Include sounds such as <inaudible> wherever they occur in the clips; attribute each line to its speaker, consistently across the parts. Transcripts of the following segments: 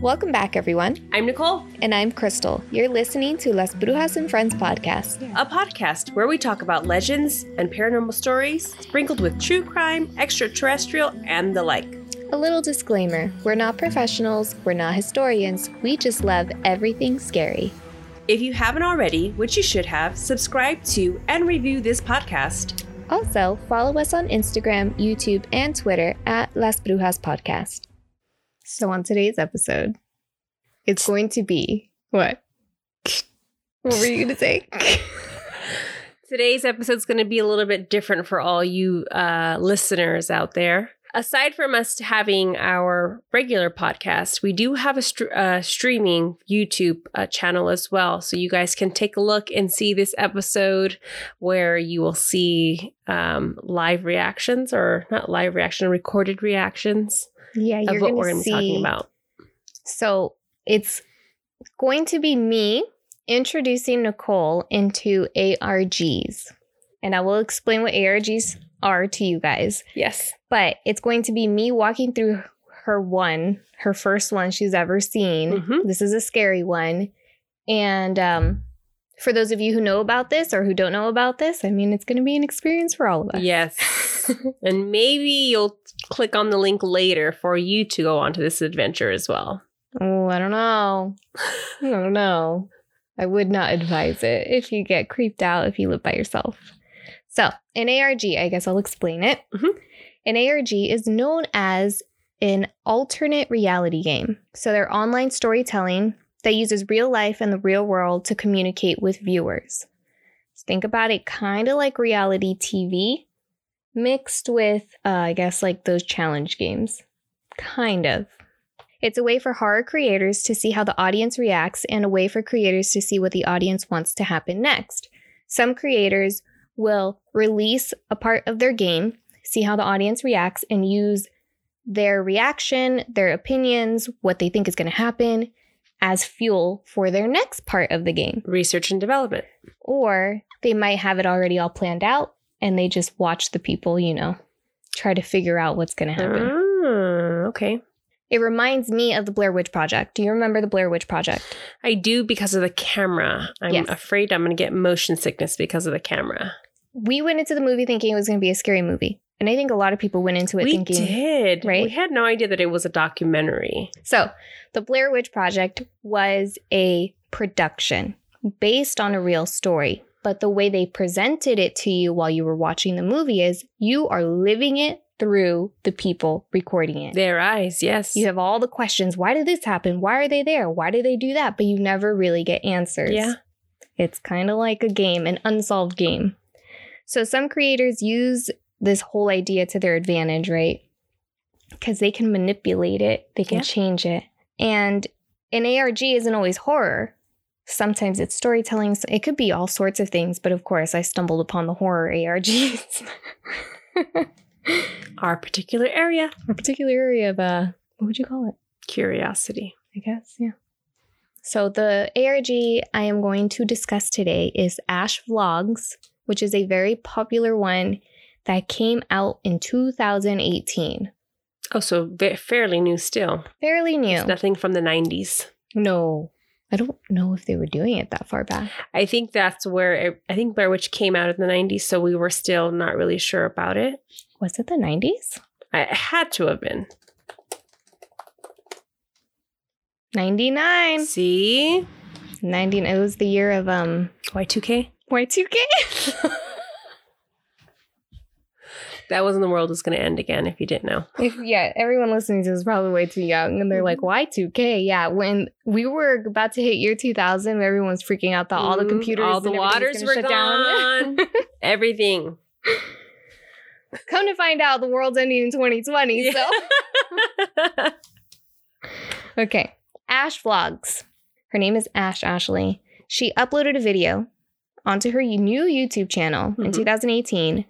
Speaker 1: Welcome back, everyone.
Speaker 2: I'm Nicole,
Speaker 1: And I'm Crystal. You're listening to Las Brujas and Friends podcast.
Speaker 2: a podcast where we talk about legends and paranormal stories sprinkled with true crime, extraterrestrial, and the like.
Speaker 1: A little disclaimer we're not professionals, we're not historians, we just love everything scary.
Speaker 2: If you haven't already, which you should have, subscribe to and review this podcast.
Speaker 1: Also, follow us on Instagram, YouTube, and Twitter at Las Brujas Podcast. So, on today's episode, it's going to be what? What were you going to say?
Speaker 2: <laughs> Today's episode's going to be a little bit different for all you uh, listeners out there. Aside from us having our regular podcast, we do have a str- uh, streaming YouTube uh, channel as well. So you guys can take a look and see this episode where you will see um, live reactions or not live reaction, recorded reactions
Speaker 1: yeah,
Speaker 2: of what we're going to be talking about.
Speaker 1: So it's going to be me introducing Nicole into ARGs. And I will explain what ARGs are to you guys.
Speaker 2: Yes.
Speaker 1: But it's going to be me walking through her one, her first one she's ever seen.
Speaker 2: Mhm.
Speaker 1: This is a scary one. And um, for those of you who know about this or who don't know about this, I mean, it's going to be an experience for all of us. <laughs>
Speaker 2: Yes. and maybe you'll click on the link later for you to go on to this adventure as well.
Speaker 1: Oh, I don't know. I don't know. I would not advise it if you get creeped out if you live by yourself. So, an ARG, I guess I'll explain it.
Speaker 2: Mhm.
Speaker 1: An ARG is known as an alternate reality game. So, they're online storytelling that uses real life and the real world to communicate with viewers. Think about it kind of like reality TV mixed with, uh, I guess, like those challenge games. Kind of. It's a way for horror creators to see how the audience reacts and a way for creators to see what the audience wants to happen next. Some creators will release a part of their game, see how the audience reacts, and use their reaction, their opinions, what they think is going to happen as fuel for their next part of the game.
Speaker 2: Research and development.
Speaker 1: Or they might have it already all planned out and they just watch the people, you know, try to figure out what's going to happen.
Speaker 2: Ah, okay.
Speaker 1: It reminds me of the Blair Witch Project. Do you remember the Blair Witch Project?
Speaker 2: I do because of the camera. I'm
Speaker 1: Yes.
Speaker 2: afraid I'm going to get motion sickness because of the camera.
Speaker 1: we went into the movie thinking it was going to be a scary movie. And I think a lot of people went into it
Speaker 2: we
Speaker 1: thinking.
Speaker 2: did. We
Speaker 1: right?
Speaker 2: had no idea that it was a documentary.
Speaker 1: So, The Blair Witch Project was a production based on a real story. But the way they presented it to you while you were watching the movie is you are living it through the people recording it.
Speaker 2: Their eyes, yes.
Speaker 1: You have all the questions. Why did this happen? Why are they there? Why do they do that? But you never really get answers.
Speaker 2: Yeah.
Speaker 1: It's kind of like a game, an unsolved game. So some creators use this whole idea to their advantage, right? Because they can manipulate it, they can
Speaker 2: Yeah.
Speaker 1: change it. And an ARG isn't always horror. Sometimes it's storytelling. So it could be all sorts of things. But of course, I stumbled upon the horror <laughs> ARGs.
Speaker 2: Our particular area,
Speaker 1: A particular area of, uh, what would you call it?
Speaker 2: curiosity.
Speaker 1: I guess, yeah. So the ARG I am going to discuss today is Ash Vlogs, which is a very popular one that came out in 2018.
Speaker 2: Oh, so ve- fairly new still.
Speaker 1: Fairly new.
Speaker 2: It's nothing from the 90s.
Speaker 1: no. I don't know if they were doing it that far back.
Speaker 2: I think that's where it, I think Blair Witch came out in the 90s, so we were still not really sure about it.
Speaker 1: Was it the 90s?
Speaker 2: I, it had to have been.
Speaker 1: 99.
Speaker 2: See?
Speaker 1: 99. It was the year of um
Speaker 2: Y2K?
Speaker 1: <laughs> Y2K.
Speaker 2: That was when the world was going to end again, if you didn't know.
Speaker 1: if, yeah, everyone listening to this is probably way too young, and they're like,
Speaker 2: Mm-hmm.
Speaker 1: "Y2K." Yeah, when we were about to hit year 2000, everyone was freaking out that all the
Speaker 2: Mhm.
Speaker 1: computers,
Speaker 2: all
Speaker 1: and
Speaker 2: the
Speaker 1: everything was
Speaker 2: waters
Speaker 1: gonna
Speaker 2: were
Speaker 1: shut
Speaker 2: gone. <laughs> Everything.
Speaker 1: <laughs> Come to find out, the world's ending in 2020.
Speaker 2: <laughs>
Speaker 1: So okay, Ash vlogs. Her name is Ash Ashley. She uploaded a video onto her new YouTube channel in
Speaker 2: Mhm.
Speaker 1: 2018,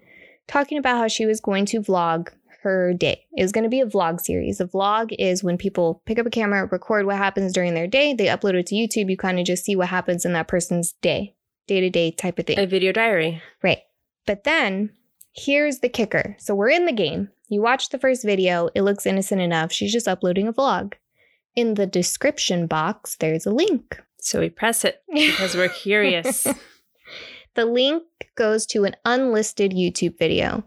Speaker 1: talking about how she was going to vlog her day. It was going to be a vlog series. A vlog is when people pick up a camera, record what happens during their day, they upload it to YouTube. You kind of just see what happens in that person's day, day to day type of thing.
Speaker 2: A video diary.
Speaker 1: Right. But then here's the kicker. So we're in the game. You watch the first video, it looks innocent enough. She's just uploading a vlog. In the description box, there's a link.
Speaker 2: So we press it because we're <laughs> curious.
Speaker 1: The link goes to an unlisted YouTube video.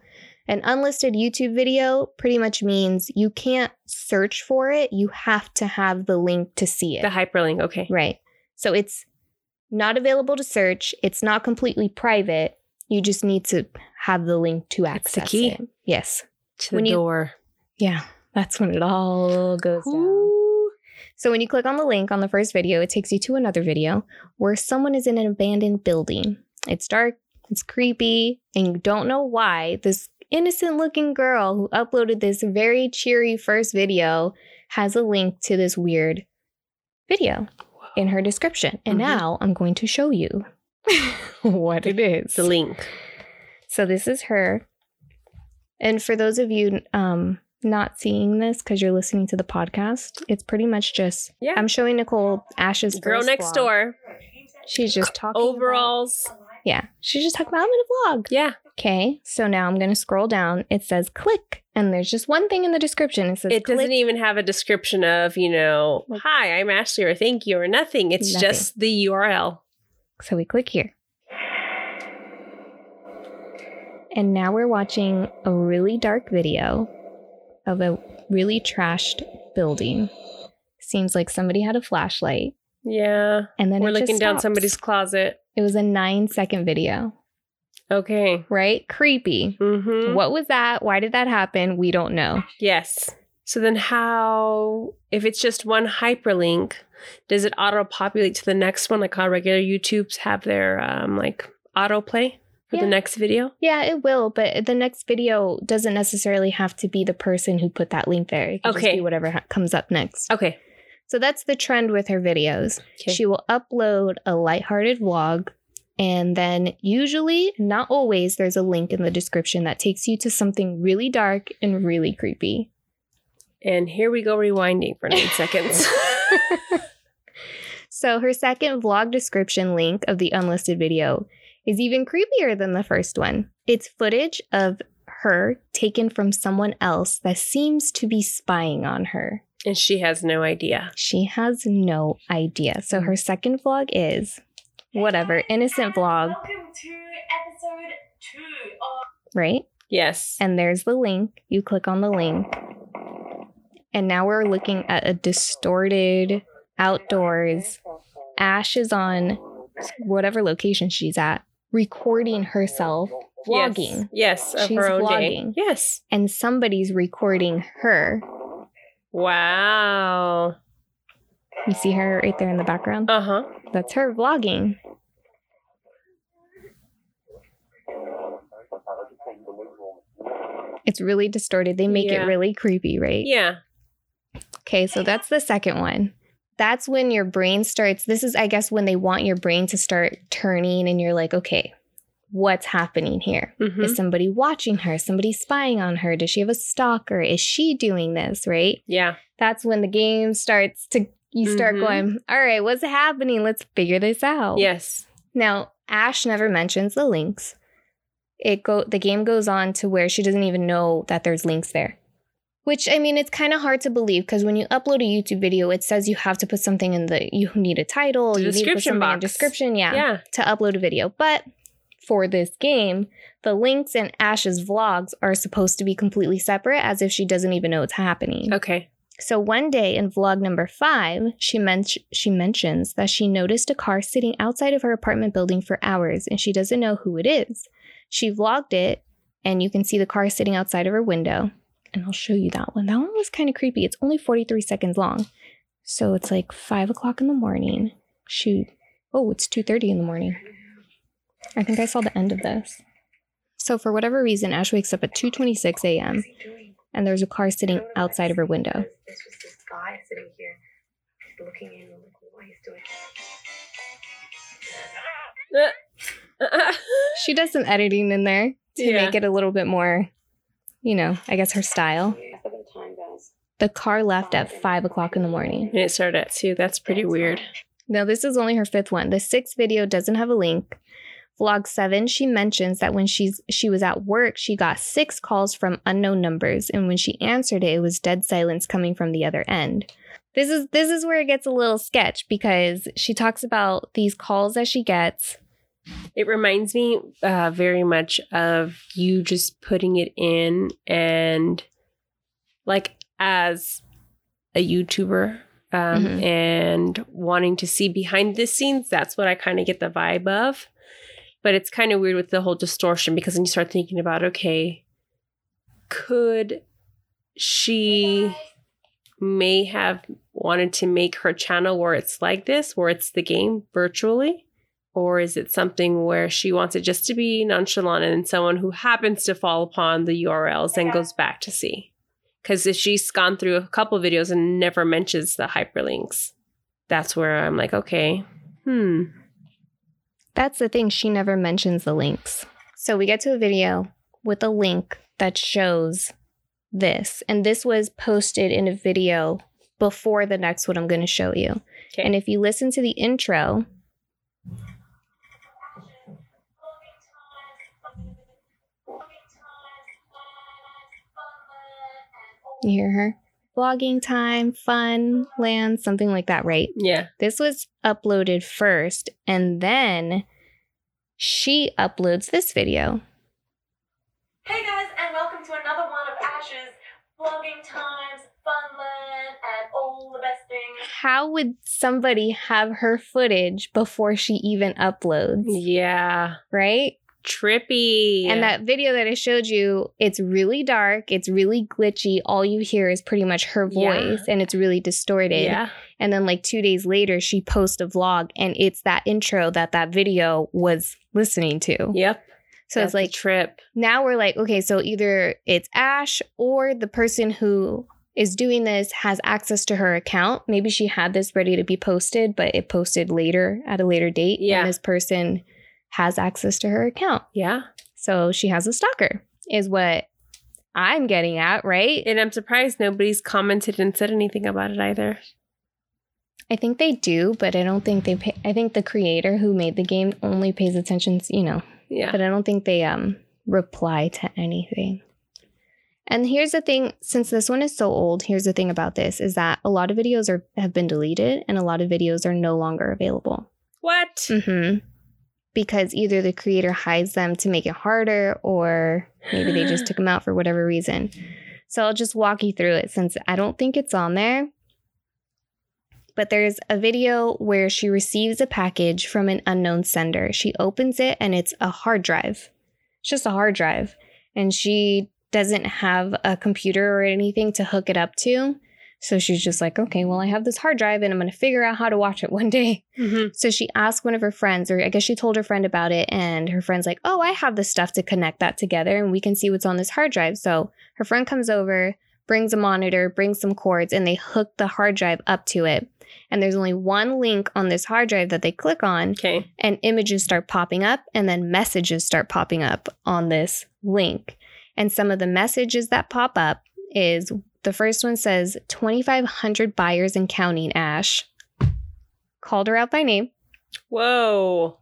Speaker 1: An unlisted YouTube video pretty much means you can't search for it. You have to have the link to see it.
Speaker 2: the hyperlink. Okay.
Speaker 1: Right. So it's not available to search. It's not completely private. You just need to have the link to access
Speaker 2: key.
Speaker 1: it. Yes.
Speaker 2: To
Speaker 1: When
Speaker 2: the
Speaker 1: you-
Speaker 2: door.
Speaker 1: Yeah. That's when it all goes down.
Speaker 2: Ooh.
Speaker 1: So when you click on the link on the first video, it takes you to another video where someone is in an abandoned building. It's dark, it's creepy, and you don't know why this innocent looking girl who uploaded this very cheery first video has a link to this weird video in her description. And
Speaker 2: Mhm.
Speaker 1: now I'm going to show you Mm-hmm. <laughs> what it <laughs> is.
Speaker 2: The link.
Speaker 1: So this is her. And for those of you um, not seeing this because you're listening to the podcast, it's pretty much just
Speaker 2: Yeah.
Speaker 1: I'm showing Nicole Ash's
Speaker 2: Girl
Speaker 1: first
Speaker 2: next
Speaker 1: vlog.
Speaker 2: door.
Speaker 1: She's
Speaker 2: <laughs>
Speaker 1: just talking about-
Speaker 2: Overalls.
Speaker 1: yeah, she's just talking about I'm gonna vlog.
Speaker 2: Yeah.
Speaker 1: Okay, so now I'm gonna scroll down. It says click, and there's just one thing in the description. It says
Speaker 2: It
Speaker 1: click.
Speaker 2: doesn't even have a description of, you know,
Speaker 1: Like-
Speaker 2: hi, I'm Ashley or thank you or nothing. It's
Speaker 1: Nothing.
Speaker 2: just the URL.
Speaker 1: So we click here. And now we're watching a really dark video of a really trashed building. Seems like somebody had a flashlight.
Speaker 2: Yeah.
Speaker 1: And then
Speaker 2: We're
Speaker 1: it just
Speaker 2: looking down
Speaker 1: stops.
Speaker 2: somebody's closet.
Speaker 1: It was a nine second video,
Speaker 2: Okay.
Speaker 1: right? Creepy.
Speaker 2: Mm-hmm.
Speaker 1: What was that? Why did that happen? We don't know.
Speaker 2: Yes. So then how if it's just one hyperlink, does it auto populate to the next one like how regular YouTubes have their um like autoplay for
Speaker 1: Yeah.
Speaker 2: the next video?
Speaker 1: Yeah, it will, but the next video doesn't necessarily have to be the person who put that link there. It can just
Speaker 2: Okay.
Speaker 1: be whatever ha- comes up next.
Speaker 2: Okay.
Speaker 1: So that's the trend with her videos.
Speaker 2: Okay.
Speaker 1: She will upload a lighthearted vlog, and then usually, not always, there's a link in the description that takes you to something really dark and really creepy.
Speaker 2: and here we go rewinding for nine
Speaker 1: <laughs>
Speaker 2: seconds.
Speaker 1: So her second vlog description link of the unlisted video is even creepier than the first one. It's footage of her taken from someone else that seems to be spying on her.
Speaker 2: and she has no idea.
Speaker 1: She has no idea. So her second vlog is whatever, innocent vlog,
Speaker 3: Welcome to episode two of
Speaker 1: right?
Speaker 2: Yes.
Speaker 1: And there's the link. You click on the link. And now we're looking at a distorted outdoors. Ash is on whatever location she's at, recording herself
Speaker 2: Yes.
Speaker 1: vlogging.
Speaker 2: Yes, of
Speaker 1: She's
Speaker 2: her own
Speaker 1: vlogging.
Speaker 2: day. Yes.
Speaker 1: And somebody's recording her.
Speaker 2: Wow.
Speaker 1: You see her right there in the background?
Speaker 2: Uh-huh.
Speaker 1: That's her vlogging. It's really distorted. They make
Speaker 2: Yeah.
Speaker 1: it really creepy, right?
Speaker 2: Yeah.
Speaker 1: Okay, so that's the second one. That's when your brain starts. This is, I guess, when they want your brain to start turning and you're like, okay, what's happening here?
Speaker 2: hmm
Speaker 1: Is somebody watching her? Somebody spying on her? Does she have a stalker? Is she doing this, right?
Speaker 2: Yeah.
Speaker 1: That's when the game starts to, you start
Speaker 2: Mhm.
Speaker 1: going, all right, what's happening? Let's figure this out.
Speaker 2: Yes.
Speaker 1: Now, Ash never mentions the links. It go the game goes on to where she doesn't even know that there's links there. Which I mean, it's kind of hard to believe because when you upload a YouTube video, it says you have to put something in the you need a title,
Speaker 2: The
Speaker 1: you need to put
Speaker 2: description
Speaker 1: something in
Speaker 2: box.
Speaker 1: description, yeah,
Speaker 2: yeah.
Speaker 1: to upload a video. But for this game, the links and Ash's vlogs are supposed to be completely separate as if she doesn't even know it's happening.
Speaker 2: Okay. <laughs>
Speaker 1: So one day in vlog number five, she, men- she mentions that she noticed a car sitting outside of her apartment building for hours and she doesn't know who it is. She vlogged it, and you can see the car sitting outside of her window. And I'll show you that one. That one was kind of creepy. It's only 43 seconds long. So it's like five o'clock in the morning. Shoot. Oh, it's 2.30 in the morning. I think I saw the end of this. So for whatever reason, Ash wakes up at 2.26 a.m. and there's a car sitting outside of her window.
Speaker 3: This was this guy sitting here looking in and looking at what he's doing.
Speaker 1: she does some editing in there to
Speaker 2: Yeah.
Speaker 1: make it a little bit more, you know, I guess her style.
Speaker 3: Seven time, guys.
Speaker 1: The car left at five o'clock in the morning.
Speaker 2: and it started at two. That's pretty weird.
Speaker 1: Now, this is only her fifth one. The sixth video doesn't have a link. Vlog seven, she mentions that when she's she was at work, she got six calls from unknown numbers, and when she answered it, it was dead silence coming from the other end. This is this is where it gets a little sketch because she talks about these calls that she gets.
Speaker 2: It reminds me uh, very much of you just putting it in and like as a YouTuber um,
Speaker 1: Mhm.
Speaker 2: and wanting to see behind the scenes. That's what I kind of get the vibe of. But it's kind of weird with the whole distortion because then you start thinking about okay, could she may have wanted to make her channel where it's like this, where it's the game virtually? Or is it something where she wants it just to be nonchalant and someone who happens to fall upon the URLs and goes back to see? Because if she's gone through a couple videos and never mentions the hyperlinks, that's where I'm like, okay, hmm.
Speaker 1: That's the thing, she never mentions the links. So we get to a video with a link that shows this. And this was posted in a video before the next one I'm going to show you.
Speaker 2: Okay.
Speaker 1: And if you listen to the intro, you hear her vlogging time, fun, land, something like that, right?
Speaker 2: yeah.
Speaker 1: This was uploaded first, and then she uploads this video.
Speaker 3: Hey guys, and welcome to another one of Ash's vlogging times, funland, and all the best things.
Speaker 1: How would somebody have her footage before she even uploads,
Speaker 2: Yeah.
Speaker 1: right?
Speaker 2: Trippy.
Speaker 1: And that video that I showed you, it's really dark, it's really glitchy. All you hear is pretty much her
Speaker 2: Yeah.
Speaker 1: voice, and it's really distorted.
Speaker 2: Yeah.
Speaker 1: And then, like two days later, she posts a vlog, and it's that intro that that video was listening to.
Speaker 2: Yep.
Speaker 1: So
Speaker 2: that's
Speaker 1: it's
Speaker 2: a
Speaker 1: like
Speaker 2: trip.
Speaker 1: now we're like, okay, so either it's Ash or the person who is doing this has access to her account. Maybe she had this ready to be posted, but it posted later at a later date.
Speaker 2: Yeah.
Speaker 1: And this person has access to her account.
Speaker 2: Yeah.
Speaker 1: So she has a stalker, is what I'm getting at, right?
Speaker 2: And I'm surprised nobody's commented and said anything about it either.
Speaker 1: I think they do, but I don't think they pay. I think the creator who made the game only pays attention, to, you know,
Speaker 2: Yeah.
Speaker 1: but I don't think they um reply to anything. And here's the thing, since this one is so old, here's the thing about this is that a lot of videos are have been deleted and a lot of videos are no longer available.
Speaker 2: What?
Speaker 1: Mhm. Because either the creator hides them to make it harder or maybe they just took them out for whatever reason. So I'll just walk you through it since I don't think it's on there. But there's a video where she receives a package from an unknown sender. She opens it and it's a hard drive. It's just a hard drive. And she doesn't have a computer or anything to hook it up to. So she's just like, okay, well, I have this hard drive and I'm going to figure out how to watch it <laughs> one day.
Speaker 2: Mhm.
Speaker 1: So she asked one of her friends, or I guess she told her friend about it, and her friend's like, Oh, I have the stuff to connect that together and we can see what's on this hard drive. So her friend comes over, brings a monitor, brings some cords, and they hook the hard drive up to it. And there's only one link on this hard drive that they click on,
Speaker 2: Okay.
Speaker 1: and images start popping up, and then messages start popping up on this link. And some of the messages that pop up is the first one says 2,500 buyers and counting, Ash. Called her out by name.
Speaker 2: Whoa.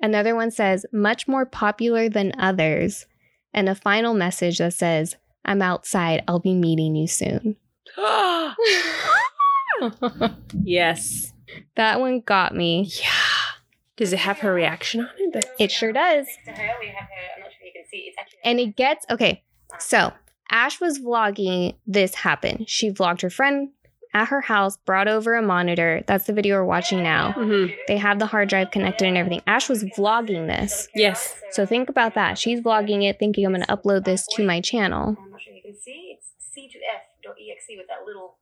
Speaker 1: Another one says, much more popular than others. And a final message that says, I'm outside. I'll be meeting you soon.
Speaker 2: <gasps> yes.
Speaker 1: that one got me.
Speaker 2: Yeah. Does it have her reaction on it? That-
Speaker 1: It sure does.
Speaker 3: To her, we have her. I'm not sure if you can see. It's actually
Speaker 1: And it gets okay. So Ash was vlogging. This happened. She vlogged her friend at her house, brought over a monitor. That's the video we're watching now.
Speaker 3: Mm-hmm.
Speaker 2: Mhm.
Speaker 1: They have the hard drive connected and everything. Ash was vlogging this.
Speaker 2: Yes.
Speaker 1: So think about that. She's vlogging it, thinking I'm going to upload this to my channel.
Speaker 3: I'm not sure you can see. It's c2f.exe e with that little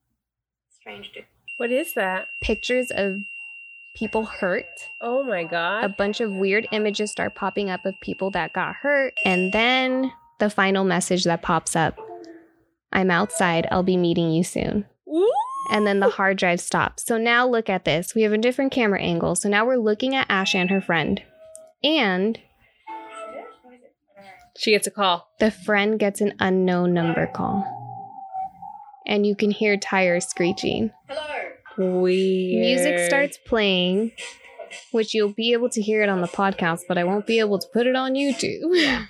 Speaker 3: strange. d-
Speaker 2: What is that?
Speaker 1: pictures of people hurt.
Speaker 2: Oh my
Speaker 1: A
Speaker 2: god.
Speaker 1: bunch of weird images start popping up of people that got hurt. And then the final message that pops up I'm outside. I'll be meeting you soon.
Speaker 2: Ooh.
Speaker 1: And then the hard drive stops. So now look at this. We have a different camera angle. So now we're looking at Ash and her friend. And
Speaker 2: She gets a call.
Speaker 1: the friend gets an unknown number call. And you can hear tires screeching.
Speaker 3: Hello.
Speaker 2: Weird.
Speaker 1: Music starts playing, which you'll be able to hear it on the podcast, but I won't be able to put it on YouTube.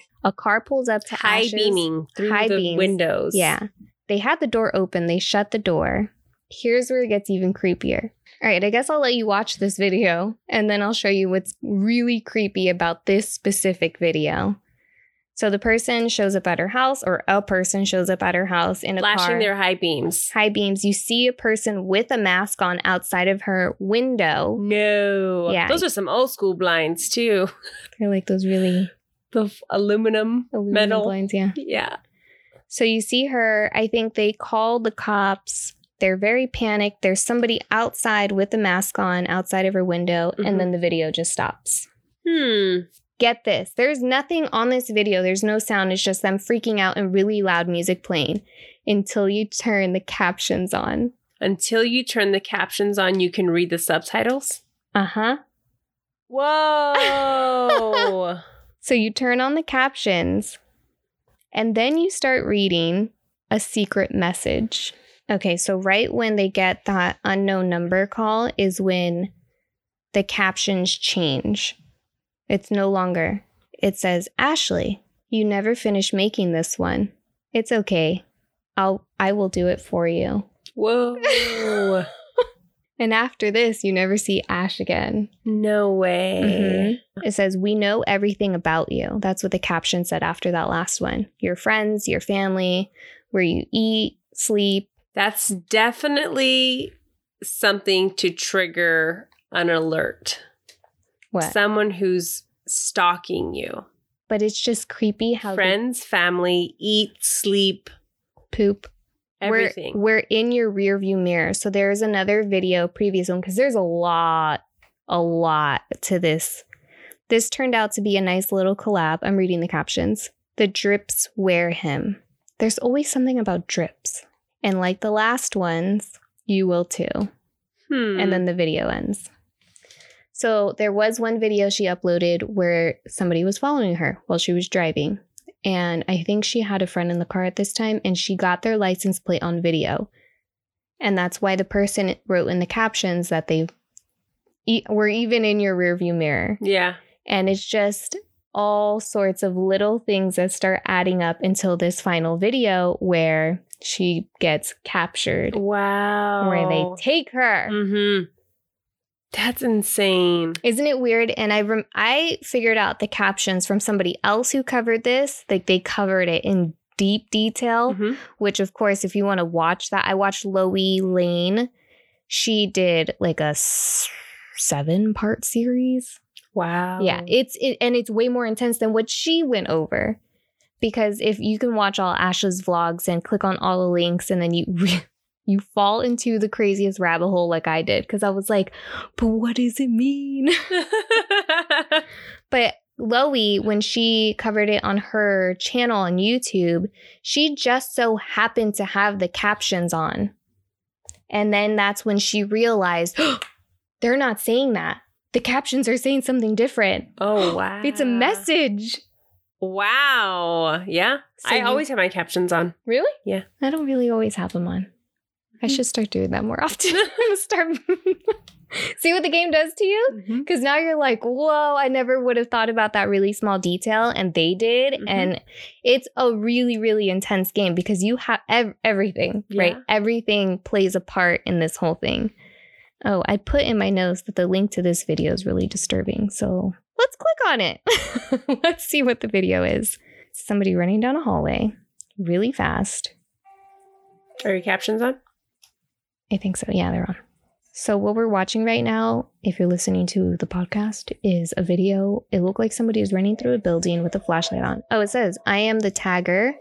Speaker 1: <laughs> a car pulls up to
Speaker 2: high
Speaker 1: Ash's-
Speaker 2: beaming through
Speaker 1: High
Speaker 2: the
Speaker 1: beams.
Speaker 2: windows.
Speaker 1: Yeah. They had the door open, they shut the door. Here's where it gets even creepier. All right, I guess I'll let you watch this video and then I'll show you what's really creepy about this specific video. So the person shows up at her house, or a person shows up at her house in a
Speaker 2: flashing
Speaker 1: car.
Speaker 2: their high beams.
Speaker 1: high beams. You see a person with a mask on outside of her window.
Speaker 2: No.
Speaker 1: Yeah.
Speaker 2: Those are some old school blinds too. <laughs>
Speaker 1: They're like those really
Speaker 2: The f- aluminum,
Speaker 1: aluminum
Speaker 2: metal.
Speaker 1: blinds, yeah.
Speaker 2: Yeah.
Speaker 1: So you see her. I think they call the cops. They're very panicked. There's somebody outside with a mask on outside of her window,
Speaker 2: Mhm.
Speaker 1: and then the video just stops.
Speaker 2: Hmm.
Speaker 1: Get this. There's nothing on this video. There's no sound. It's just them freaking out and really loud music playing until you turn the captions on.
Speaker 2: Until you turn the captions on, you can read
Speaker 1: <laughs>
Speaker 2: the subtitles.
Speaker 1: Uh huh.
Speaker 2: Whoa.
Speaker 1: So you turn on the captions and then you start reading a secret message. Okay, so right when they get that unknown number call is when the captions change. It's no longer. It says, "Ashley, you never finished making this one. It's okay. I'll I will do it for you."
Speaker 2: Whoa.
Speaker 1: And after this, you never see Ash again.
Speaker 2: no way.
Speaker 1: Mhm. It says, We know everything about you. That's what the caption said after that last one your friends, your family, where you eat, sleep.
Speaker 2: That's definitely something to trigger an alert.
Speaker 1: What?
Speaker 2: Someone who's stalking you.
Speaker 1: but it's just creepy how they
Speaker 2: Friends, family, eat, sleep,
Speaker 1: poop. We're-
Speaker 2: everything.
Speaker 1: We're, in your rear view mirror. So there is another video, previous one, because there's a lot, a lot to this. This turned out to be a nice little collab. I'm reading the captions. The drips wear him. There's always something about drips. And like the last ones, you will too.
Speaker 2: Hmm.
Speaker 1: and then the video ends. So there was one video she uploaded where somebody was following her while she was driving. And I think she had a friend in the car at this time and she got their license plate on video. And that's why the person wrote in the captions that they e- were even in your rearview mirror.
Speaker 2: yeah.
Speaker 1: And it's just all sorts of little things that start adding up until this final video where she gets captured,
Speaker 2: Wow.
Speaker 1: where they take her.
Speaker 2: hmm That's insane.
Speaker 1: Isn't it weird? And I rem- I figured out the captions from somebody else who covered this. Like they covered it in deep detail,
Speaker 2: Mhm.
Speaker 1: which of course, if you want to watch that, I watched Loie Lane. She did like a s- seven part series.
Speaker 2: Wow.
Speaker 1: Yeah, it's it, and it's way more intense than what she went over. Because if you can watch all Asha's vlogs and click on all the links, and then you <laughs> you fall into the craziest rabbit hole like I did, because I was like, but what does it mean? <laughs> But Loey, when she covered it on her channel on YouTube, she just so happened to have the captions on. And then that's when she realized <gasps> they're not saying that. The captions are saying something different.
Speaker 2: oh
Speaker 1: <gasps>
Speaker 2: wow.
Speaker 1: It's a message.
Speaker 2: Wow. Yeah.
Speaker 1: So
Speaker 2: I
Speaker 1: you-
Speaker 2: always have my captions on.
Speaker 1: Really?
Speaker 2: Yeah. Mm.
Speaker 1: I don't really always have them on. I should start doing that more
Speaker 2: <laughs>
Speaker 1: often. <laughs> I'm gonna start. See what the game does to you? Because now you're like, whoa, I never would have thought about that really small detail. And they did.
Speaker 2: Mhm.
Speaker 1: And it's a really, really intense game because you have ev- everything, right?
Speaker 2: Yeah.
Speaker 1: Everything plays a part in this whole thing. Oh, I put in my notes that the link to this video is really disturbing. So let's click on it. <laughs> let's see what the video is. Somebody running down a hallway really fast.
Speaker 2: Are your captions on?
Speaker 1: I think so. Yeah, they're on. So what we're watching right now, if you're listening to the podcast, is a video. It looked like somebody was running through a building with a flashlight on. Oh, it says, "I am the tagger."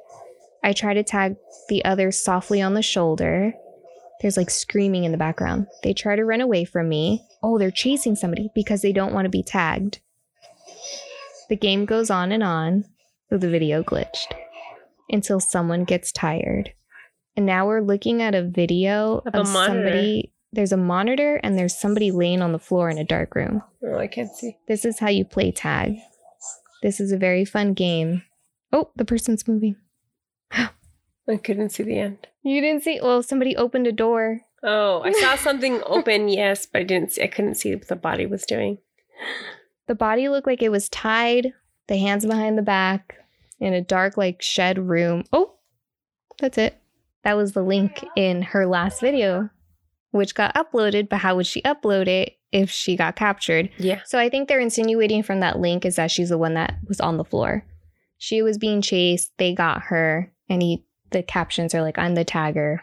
Speaker 1: I try to tag the other softly on the shoulder. There's like screaming in the background. They try to run away from me. Oh, they're chasing somebody because they don't want to be tagged. The game goes on and on. So the video glitched until someone gets tired. And now we're looking at a video
Speaker 2: Of
Speaker 1: of,
Speaker 2: a
Speaker 1: somebody. There's a monitor and there's somebody laying on the floor in a dark room.
Speaker 2: Oh, I can't see.
Speaker 1: This is how you play tag. This is a very fun game. Oh, the person's moving.
Speaker 2: I couldn't see the end.
Speaker 1: You didn't see? Well, somebody opened a door.
Speaker 2: Oh, I <laughs> saw something open, yes, but I didn't see I couldn't see what the body was doing.
Speaker 1: The body looked like it was tied, the hands behind the back, in a dark, like, shed room. Oh, that's it. That was the link in her last video, which got uploaded, but how would she upload it if she got captured?
Speaker 2: Yeah.
Speaker 1: So I think they're insinuating from that link is that she's the one that was on the floor. She was being chased, they got her, and he the captions are like, I'm the tagger.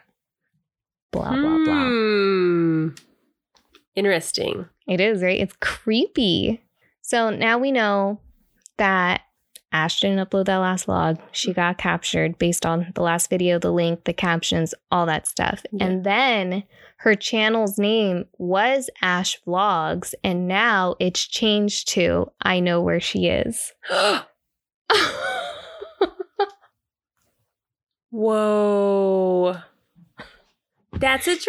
Speaker 1: Blah blah blah.
Speaker 2: Hmm. Interesting.
Speaker 1: It is, right? It's creepy. So now we know that Ash didn't upload that last log. She got captured based on the last video, the link, the captions, all that stuff.
Speaker 2: Yeah.
Speaker 1: And then her channel's name was Ash Vlogs, and now it's changed to I Know Where She Is. <laughs>
Speaker 2: Whoa. That's a trip.
Speaker 1: Isn't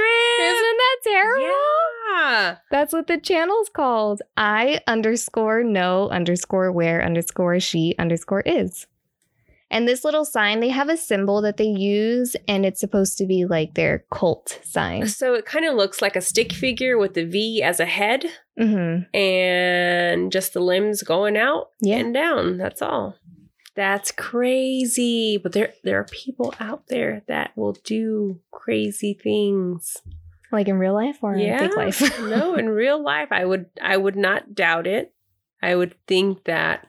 Speaker 1: that terrible?
Speaker 2: Yeah.
Speaker 1: That's what the channel's called. I underscore no underscore where underscore she underscore is. And this little sign, they have a symbol that they use, and it's supposed to be like their cult sign. <laughs>
Speaker 2: So it kind of looks like a stick figure with the V as a head
Speaker 1: hmm
Speaker 2: and just the limbs going out
Speaker 1: Yeah.
Speaker 2: and down. That's all. That's crazy. But there there are people out there that will do crazy things.
Speaker 1: Like in real life or in fake life?
Speaker 2: <laughs> no, in real life, I would I would not doubt it. I would think that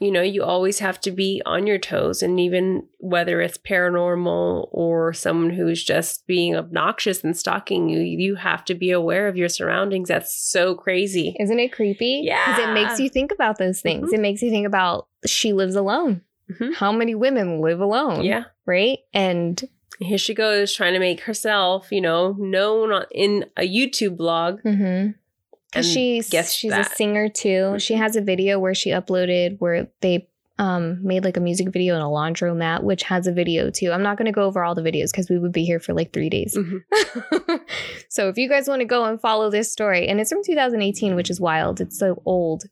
Speaker 2: you know you always have to be on your toes, and even whether it's paranormal or someone who's just being obnoxious and stalking you, you have to be aware of your surroundings. That's so crazy.
Speaker 1: <laughs> Isn't it creepy? Because it
Speaker 2: Yeah. Mm-hmm.
Speaker 1: makes you think about those things. It makes you think about she lives alone.
Speaker 2: Mhm.
Speaker 1: How many women live alone?
Speaker 2: Yeah,
Speaker 1: Right? And
Speaker 2: here she goes trying to make herself, you know, known on, in a YouTube blog.
Speaker 1: hmm Because
Speaker 2: And
Speaker 1: she's
Speaker 2: guess
Speaker 1: she's a
Speaker 2: that. Mm-hmm.
Speaker 1: singer too. She has a video where she uploaded where they um made like a music video in a laundromat, which has a video too. I'm not gonna go over all the videos because we would be here for like three days.
Speaker 2: Mhm.
Speaker 1: <laughs> so if you guys want to go and follow this story, and it's from 2018, which is wild. It's so old.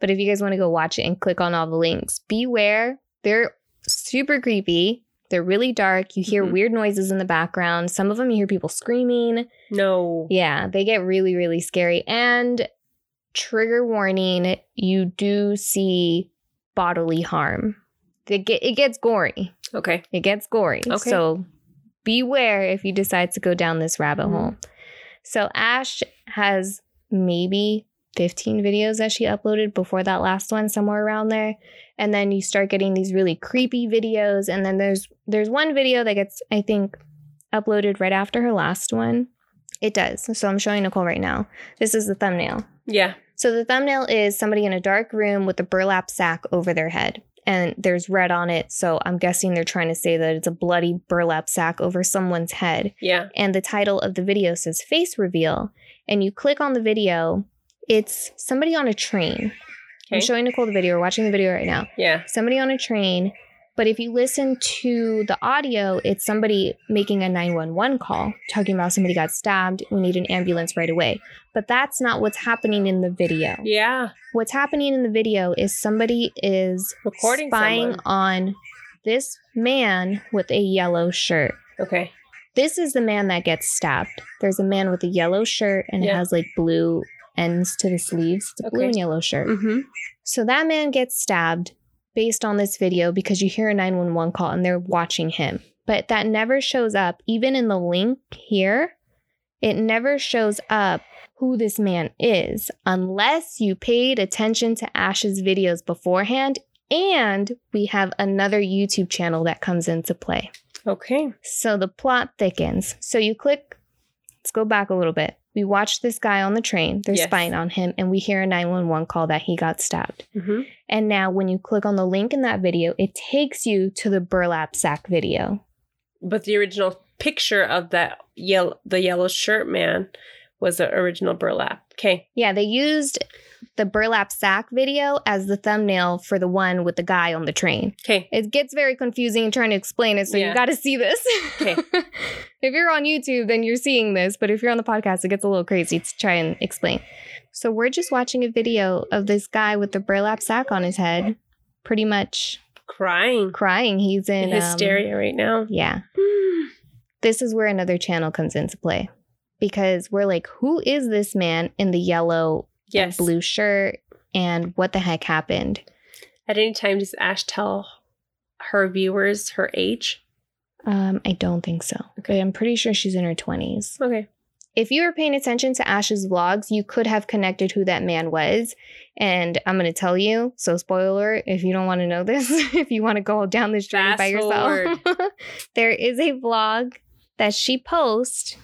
Speaker 1: But if you guys want to go watch it and click on all the links, beware. They're super creepy. They're really dark. You hear
Speaker 2: Mhm.
Speaker 1: weird noises in the background. Some of them you hear people screaming.
Speaker 2: No.
Speaker 1: Yeah, they get really, really scary. And trigger warning, you do see bodily harm. It, get, it gets gory.
Speaker 2: Okay.
Speaker 1: It gets gory.
Speaker 2: Okay.
Speaker 1: So beware if you decide to go down this rabbit
Speaker 2: Mhm.
Speaker 1: hole. So Ash has maybe 15 videos that she uploaded before that last one somewhere around there and then you start getting these really creepy videos and then there's there's one video that gets I think uploaded right after her last one. It does. So I'm showing Nicole right now. This is the thumbnail.
Speaker 2: Yeah.
Speaker 1: So the thumbnail is somebody in a dark room with a burlap sack over their head. And there's red on it, so I'm guessing they're trying to say that it's a bloody burlap sack over someone's head.
Speaker 2: Yeah.
Speaker 1: And the title of the video says face reveal. And you click on the video, it's somebody on a train. I'm
Speaker 2: Okay.
Speaker 1: showing Nicole the video, we're watching the video right now.
Speaker 2: Yeah.
Speaker 1: Somebody on a train. But if you listen to the audio, it's somebody making a 911 call, talking about somebody got stabbed, we need an ambulance right away. But that's not what's happening in the video
Speaker 2: Yeah.
Speaker 1: what's happening in the video is somebody is
Speaker 2: Recording
Speaker 1: spying
Speaker 2: someone.
Speaker 1: on this man with a yellow shirt.
Speaker 2: Okay.
Speaker 1: This is the man that gets stabbed. There's a man with a yellow shirt and it
Speaker 2: Yeah.
Speaker 1: has like blue ends to the sleeves. It's a blue
Speaker 2: Okay.
Speaker 1: and yellow shirt.
Speaker 2: Mm-hmm.
Speaker 1: So that man gets stabbed based on this video because you hear a 911 call and they're watching him. But that never shows up, even in the link here, it never shows up who this man is unless you paid attention to Ash's videos beforehand. And we have another YouTube channel that comes into play.
Speaker 2: Okay.
Speaker 1: So the plot thickens. So you click, let's go back a little bit. We watch this guy on the train, they're
Speaker 2: Yes.
Speaker 1: spying on him, and we hear a 911 call that he got stabbed.
Speaker 2: Mm-hmm.
Speaker 1: And now, when you click on the link in that video, it takes you to the burlap sack video.
Speaker 2: But the original picture of that yellow, the yellow shirt man, was the original burlap. Okay.
Speaker 1: Yeah, they used the burlap sack video as the thumbnail for the one with the guy on the train.
Speaker 2: Okay.
Speaker 1: It gets very confusing trying to explain it, so you
Speaker 2: Yeah.
Speaker 1: got to see this.
Speaker 2: 'Kay.
Speaker 1: <laughs> if you're on YouTube, then you're seeing this, but if you're on the podcast, it gets a little crazy to try and explain. So, we're just watching a video of this guy with the burlap sack on his head, pretty much
Speaker 2: Crying
Speaker 1: crying. He's in,
Speaker 2: in
Speaker 1: um,
Speaker 2: hysteria right now.
Speaker 1: yeah. Hmm. this is where another channel comes into play because we're like, who is this man in the yellow
Speaker 2: yes.
Speaker 1: and blue shirt and what the heck happened?
Speaker 2: At any time, does Ash tell her viewers her age?
Speaker 1: Um, I don't think so. Okay. I'm pretty sure she's in her 20s.
Speaker 2: Okay.
Speaker 1: If you were paying attention to Ash's vlogs, you could have connected who that man was. And I'm going to tell you, so spoiler, if you don't want to know this, <laughs> if you want to go down this journey by
Speaker 2: Fast
Speaker 1: yourself, <laughs> there is a vlog that she posts.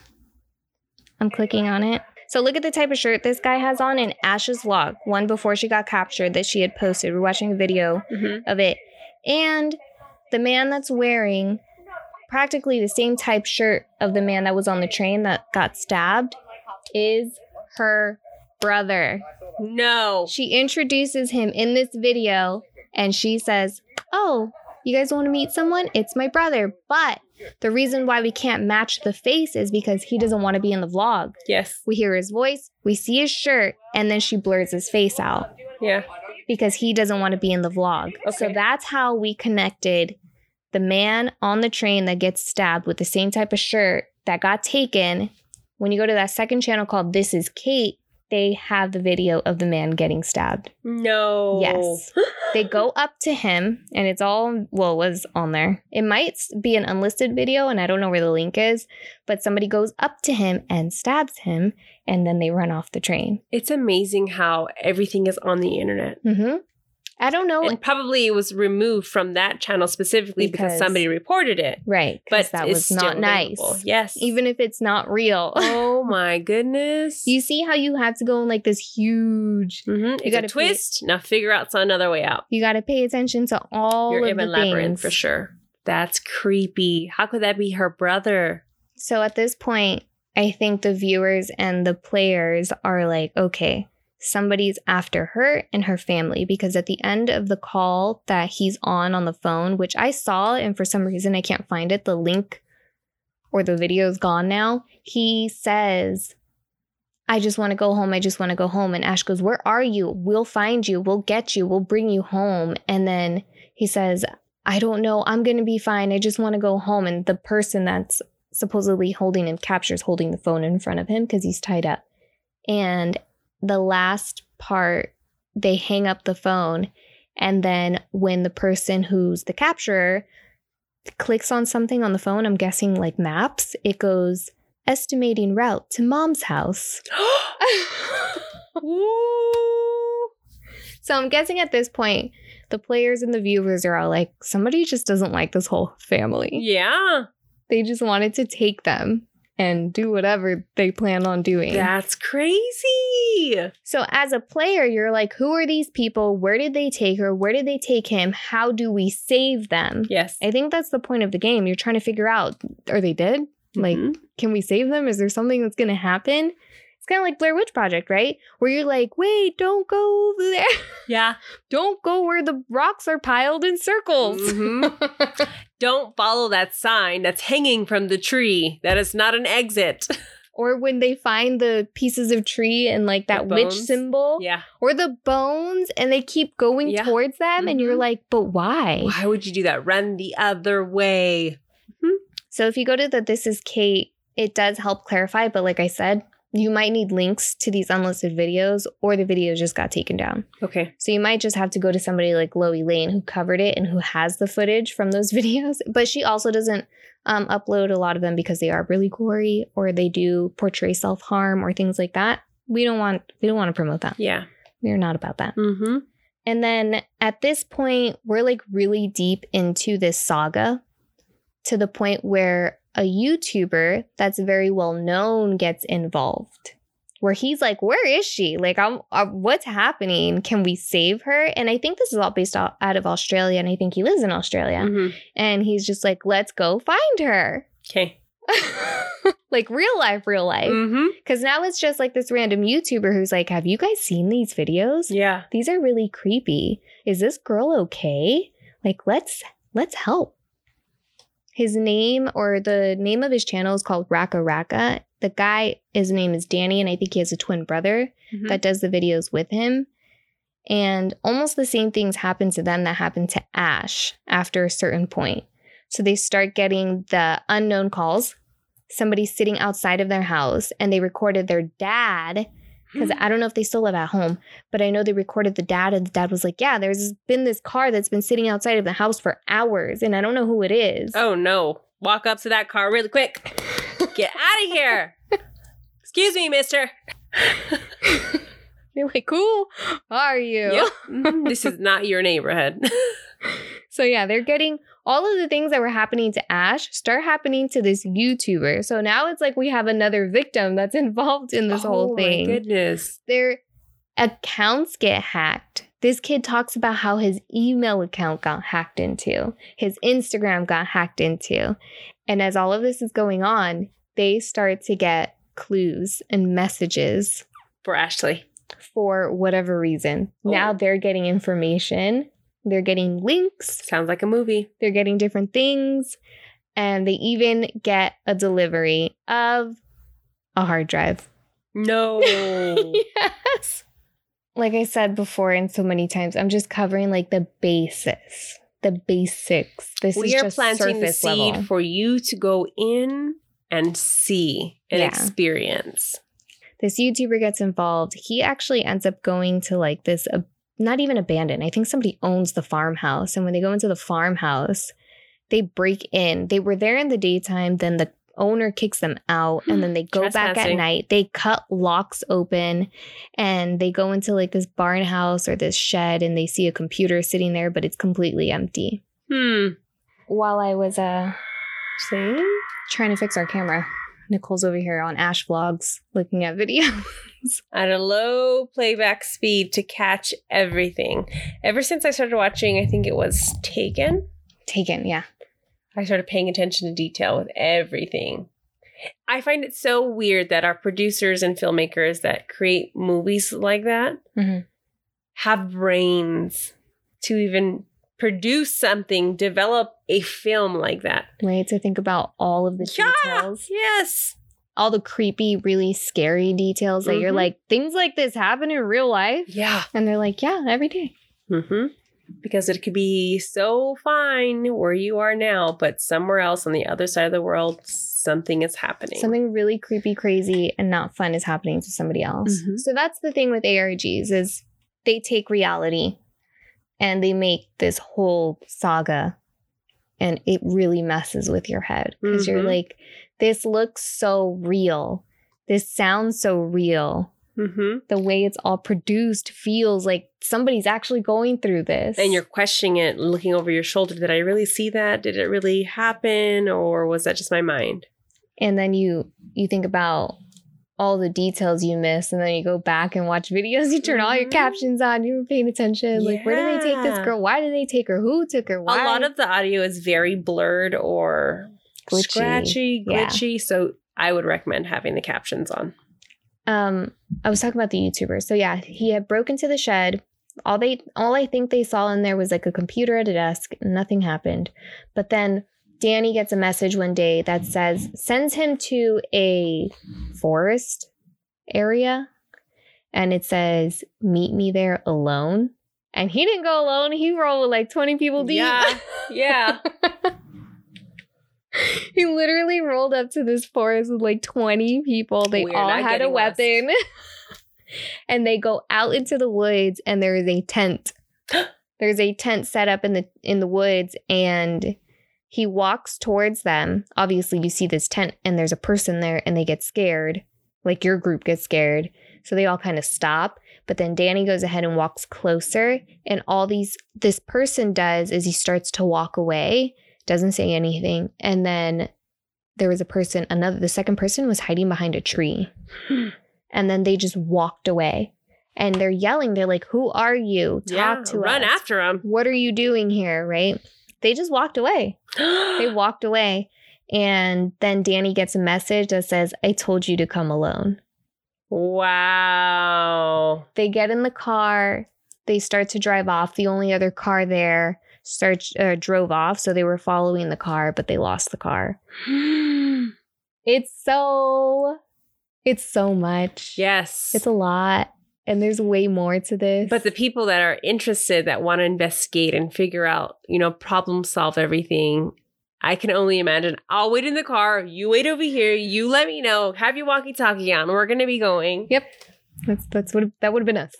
Speaker 1: I'm clicking on it. So look at the type of shirt this guy has on in Ash's vlog, one before she got captured that she had posted. We're watching a video
Speaker 2: Mhm.
Speaker 1: of it. And the man that's wearing practically the same type shirt of the man that was on the train that got stabbed is her brother.
Speaker 2: No.
Speaker 1: She introduces him in this video and she says, Oh, you guys want to meet someone? It's my brother. But the reason why we can't match the face is because he doesn't want to be in the vlog.
Speaker 2: Yes.
Speaker 1: We hear his voice, we see his shirt, and then she blurs his face out
Speaker 2: Yeah.
Speaker 1: because he doesn't want to be in the vlog. So
Speaker 2: Okay.
Speaker 1: that's how we connected the man on the train that gets stabbed with the same type of shirt that got taken. When you go to that second channel called This Is Kate, they have the video of the man getting stabbed.
Speaker 2: No.
Speaker 1: Yes. <gasps> They go up to him and it's all, well, it was on there. It might s- be an unlisted video and I don't know where the link is, but somebody goes up to him and stabs him and then they run off the train.
Speaker 2: It's amazing how everything is on the internet.
Speaker 1: hmm I don't know.
Speaker 2: And probably it was removed from that channel specifically because,
Speaker 1: Because-
Speaker 2: somebody reported it.
Speaker 1: right. 'cause
Speaker 2: But
Speaker 1: that
Speaker 2: it's
Speaker 1: was not
Speaker 2: still
Speaker 1: nice.
Speaker 2: available. Yes.
Speaker 1: even if it's not real.
Speaker 2: <laughs> Oh my
Speaker 1: <laughs>
Speaker 2: goodness.
Speaker 1: you see how you have to go in like this huge.
Speaker 2: hmm It's
Speaker 1: gotta
Speaker 2: a twist. Now figure out some another way out.
Speaker 1: You got to pay attention to all
Speaker 2: You're
Speaker 1: of
Speaker 2: in
Speaker 1: the
Speaker 2: a labyrinth
Speaker 1: things.
Speaker 2: for sure. That's creepy. How could that be her
Speaker 1: <laughs>
Speaker 2: brother? <gasps>
Speaker 1: So at this point, I think the viewers and the players are like, okay, somebody's after her and her family because at the end of the call that he's on on the phone, which I saw and for some reason I can't find it, the link or the video is gone now. He says, I just want to go home. I just want to go home. And Ash goes, Where are you? We'll find you. We'll get you. We'll bring you home. And then he says, I don't know. I'm going to be fine. I just want to go home. And the person that's supposedly holding him captures holding the phone in front of him because he's tied up. And the last part, they hang up the phone. And then when the person who's the capturer clicks on something on the phone, I'm guessing like maps, it goes estimating route to mom's house.
Speaker 2: Ooh.
Speaker 1: So I'm guessing at this point, the players and the viewers are all like, somebody just doesn't like this whole family.
Speaker 2: Yeah.
Speaker 1: They just wanted to take them and do whatever they plan on doing.
Speaker 2: That's crazy.
Speaker 1: So, as a player, you're like, who are these people? Where did they take her? Where did they take him? How do we save them?
Speaker 2: Yes.
Speaker 1: I think that's the point of the game. You're trying to figure out are they dead? Like,
Speaker 2: Mhm.
Speaker 1: can we save them? Is there something that's going to happen? It's kind of like Blair Witch Project, right? Where you're like, wait, don't go over there. <laughs>
Speaker 2: yeah.
Speaker 1: don't go where the rocks are piled in circles. Mm-hmm.
Speaker 2: Mhm. <laughs> Don't follow that sign that's hanging from the tree. That is not an exit.
Speaker 1: Or when they find the pieces of tree and like that witch
Speaker 2: bones.
Speaker 1: symbol
Speaker 2: yeah.
Speaker 1: or the bones and they keep going
Speaker 2: Yeah.
Speaker 1: towards them. And you're
Speaker 2: Mhm.
Speaker 1: like, but why?
Speaker 2: Why would you do that? Run the other way.
Speaker 1: So if you go to the This Is Kate, it does help clarify. But like I said, you might need links to these unlisted videos or the videos just got taken down.
Speaker 2: Okay.
Speaker 1: So you might just have to go to somebody like Loie Lane who covered it and who has the footage from those <laughs> videos. But she also doesn't um, upload a lot of them because they are really gory or they do portray self harm or things like that. We don't want we don't want to promote that.
Speaker 2: Yeah.
Speaker 1: We're not about that.
Speaker 2: Mm-hmm.
Speaker 1: And then at this point, we're like really deep into this saga to the point where a YouTuber that's very well known gets involved. Where he's like, "Where is she? Like, I'm, uh, what's happening? Can we save her?" And I think this is all based out, out of Australia, and I think he lives in Australia.
Speaker 2: Mm.
Speaker 1: And he's just like, "Let's go find her."
Speaker 2: Mm-hmm.
Speaker 1: <laughs>
Speaker 2: Okay.
Speaker 1: like real life, real life.
Speaker 2: Mm-hmm.
Speaker 1: Because now it's just like this random YouTuber who's like, "Have you guys seen these videos?"
Speaker 2: Yeah.
Speaker 1: these are really creepy is this girl okay like let's let's help his name or the name of his channel is called raka raka the guy his name is danny and i think he has a twin brother
Speaker 2: Mm-hmm.
Speaker 1: that does the videos with him and almost the same things happen to them that happened to ash after a certain point so they start getting the unknown calls somebody sitting outside of their house and they recorded their dad because I don't know if they still live at home, but I know they recorded the dad, and the dad was like, "Yeah, there's been this car that's been sitting outside of the house for hours, and I don't know who it is."
Speaker 2: oh no. walk up to that car really quick.
Speaker 1: <laughs>
Speaker 2: Get out of here. Excuse me, mister.
Speaker 1: You're like, who are you?
Speaker 2: Yep. Mhm. This is not your neighborhood.
Speaker 1: So yeah, they're getting all of the things that were happening to Ash start happening to this YouTuber. So now it's like we have another victim that's <laughs> involved in <laughs> this
Speaker 2: Oh
Speaker 1: whole
Speaker 2: my
Speaker 1: thing.
Speaker 2: goodness.
Speaker 1: Their accounts get hacked. This kid talks about how his email account got hacked into, his Instagram got hacked into. And as all of this is going on, they start to get clues and messages
Speaker 2: For Ashley.
Speaker 1: for whatever reason.
Speaker 2: Oh.
Speaker 1: Now they're getting information, they're getting links,
Speaker 2: Sounds like a movie.
Speaker 1: they're getting different things, and they even get a delivery of a hard
Speaker 2: <laughs>
Speaker 1: drive. <laughs>
Speaker 2: No.
Speaker 1: yes. Like I said before, and so many times, I'm just covering like the basis, the basics. This
Speaker 2: we
Speaker 1: is
Speaker 2: are
Speaker 1: just
Speaker 2: planting the
Speaker 1: surface
Speaker 2: seed
Speaker 1: level.
Speaker 2: for you to go in and see and
Speaker 1: Yeah.
Speaker 2: experience.
Speaker 1: this YouTuber gets involved. He actually ends up going to like this, ab- not even abandoned. I think somebody owns the farmhouse. And when they go into the farmhouse, they break in. They were there in the daytime, then the owner kicks them out, and then they go back at
Speaker 2: Trespassing.
Speaker 1: night. They cut locks open and they go into like this barn house or this shed and they see a computer sitting there, but it's completely empty.
Speaker 2: Hmm.
Speaker 1: While I was uh trying to fix our camera, Nicole's over here on Ash Vlogs looking at video. <laughs>
Speaker 2: at a low playback speed to catch everything. Ever since I started watching, I think it was Taken,
Speaker 1: Taken, yeah.
Speaker 2: I started paying attention to detail with everything. I find it so weird that our producers and filmmakers that create movies like that
Speaker 1: Mhm.
Speaker 2: have brains to even produce something, develop a film like that.
Speaker 1: right? To think about all of the
Speaker 2: Yeah.
Speaker 1: details,
Speaker 2: Yes.
Speaker 1: all the creepy, really scary details that you're
Speaker 2: Mhm.
Speaker 1: like, things like this happen in real life.
Speaker 2: Yeah.
Speaker 1: And they're like, yeah, every day.
Speaker 2: hmm
Speaker 1: Mm-hmm.
Speaker 2: Because it could be so fine where you are now, but somewhere else on the other side of the world, something is happening.
Speaker 1: Something really creepy, crazy, and not fun is happening to somebody else.
Speaker 2: Mhm.
Speaker 1: So that's the thing with ARGs is they take reality and they make this whole saga and it really messes with your head because you're
Speaker 2: Mhm.
Speaker 1: like, this looks so real. This sounds so real.
Speaker 2: hmm
Speaker 1: the way it's all produced feels like somebody's actually going through this.
Speaker 2: And you're questioning it, looking over your shoulder. Did I really see that? Did it really happen? Or was that just my mind?
Speaker 1: and then you you think about all the details you miss, and then you go back and watch videos. You turn all your
Speaker 2: Mhm.
Speaker 1: captions on. You were paying attention. Like, where did they take this
Speaker 2: Yeah.
Speaker 1: girl? Why did they take her? Who took her? Why?
Speaker 2: A lot of the audio is very blurred or
Speaker 1: Glitchy.
Speaker 2: scratchy,
Speaker 1: Yeah.
Speaker 2: glitchy. So I would recommend having the captions on.
Speaker 1: um i was talking about the youtuber so yeah he had broke into the shed all they all i think they saw in there was like a computer at a desk nothing happened but then danny gets a message one day that says sends him to a forest area and it says meet me there alone and he didn't go alone he rolled with like 20 people deep <laughs>
Speaker 2: Yeah. Yeah.
Speaker 1: <laughs> he literally rolled up to this forest with like 20 people. They
Speaker 2: We're
Speaker 1: all
Speaker 2: not
Speaker 1: had a
Speaker 2: getting lost.
Speaker 1: weapon.
Speaker 2: <laughs>
Speaker 1: and they go out into the woods and there is a
Speaker 2: <gasps>
Speaker 1: tent. There's a tent set up in the in the woods and he walks towards them. Obviously, you see this tent and there's a person there and they get scared. Like your group gets scared. So they all kind of stop. But then Danny goes ahead and walks closer and all these this person does is he starts to walk away doesn't say anything and then there was a person another the second person was hiding behind a
Speaker 2: <gasps>
Speaker 1: tree and then they just walked away and they're yelling they're like who are you talk
Speaker 2: Yeah.
Speaker 1: to
Speaker 2: Run
Speaker 1: us <gasps>
Speaker 2: after them.
Speaker 1: what are you doing here right they just walked away they
Speaker 2: <gasps>
Speaker 1: walked away and then danny gets a message that says i told you to come alone
Speaker 2: wow.
Speaker 1: they get in the car they start to drive off the only other car there starts uh, drove off so they were following the car but they lost the
Speaker 2: <gasps>
Speaker 1: car it's so it's so much
Speaker 2: Yes.
Speaker 1: it's a lot and there's way more to this
Speaker 2: But the people that are interested, that want to investigate and figure out, you know, problem solve everything, I can only imagine. I'll wait in the car. You wait over here. You let me know. Have your walkie talkie on. We're going to be going. <laughs>
Speaker 1: yep that's that's what that would have been us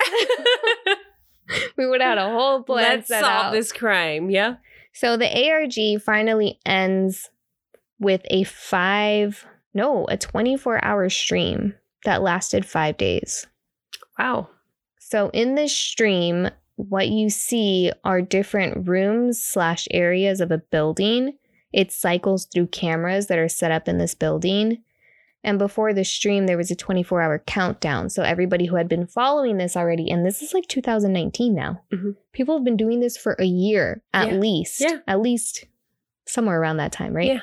Speaker 1: <laughs> we would have had a whole plan
Speaker 2: <laughs> Let's
Speaker 1: set
Speaker 2: solve
Speaker 1: out.
Speaker 2: this crime. Yeah.
Speaker 1: so the arg finally ends with a five, no, a 24 hour stream that lasted five days.
Speaker 2: Wow.
Speaker 1: So in this stream, what you see are different rooms slash areas of a building. It cycles through cameras that are set up in this building. And before the stream, there was a 24 hour countdown. So everybody who had been following this already, and this is like 2019 now,
Speaker 2: Mhm.
Speaker 1: people have been doing this for a year at
Speaker 2: Yeah.
Speaker 1: least.
Speaker 2: Yeah.
Speaker 1: At least somewhere around that time, right?
Speaker 2: Yeah.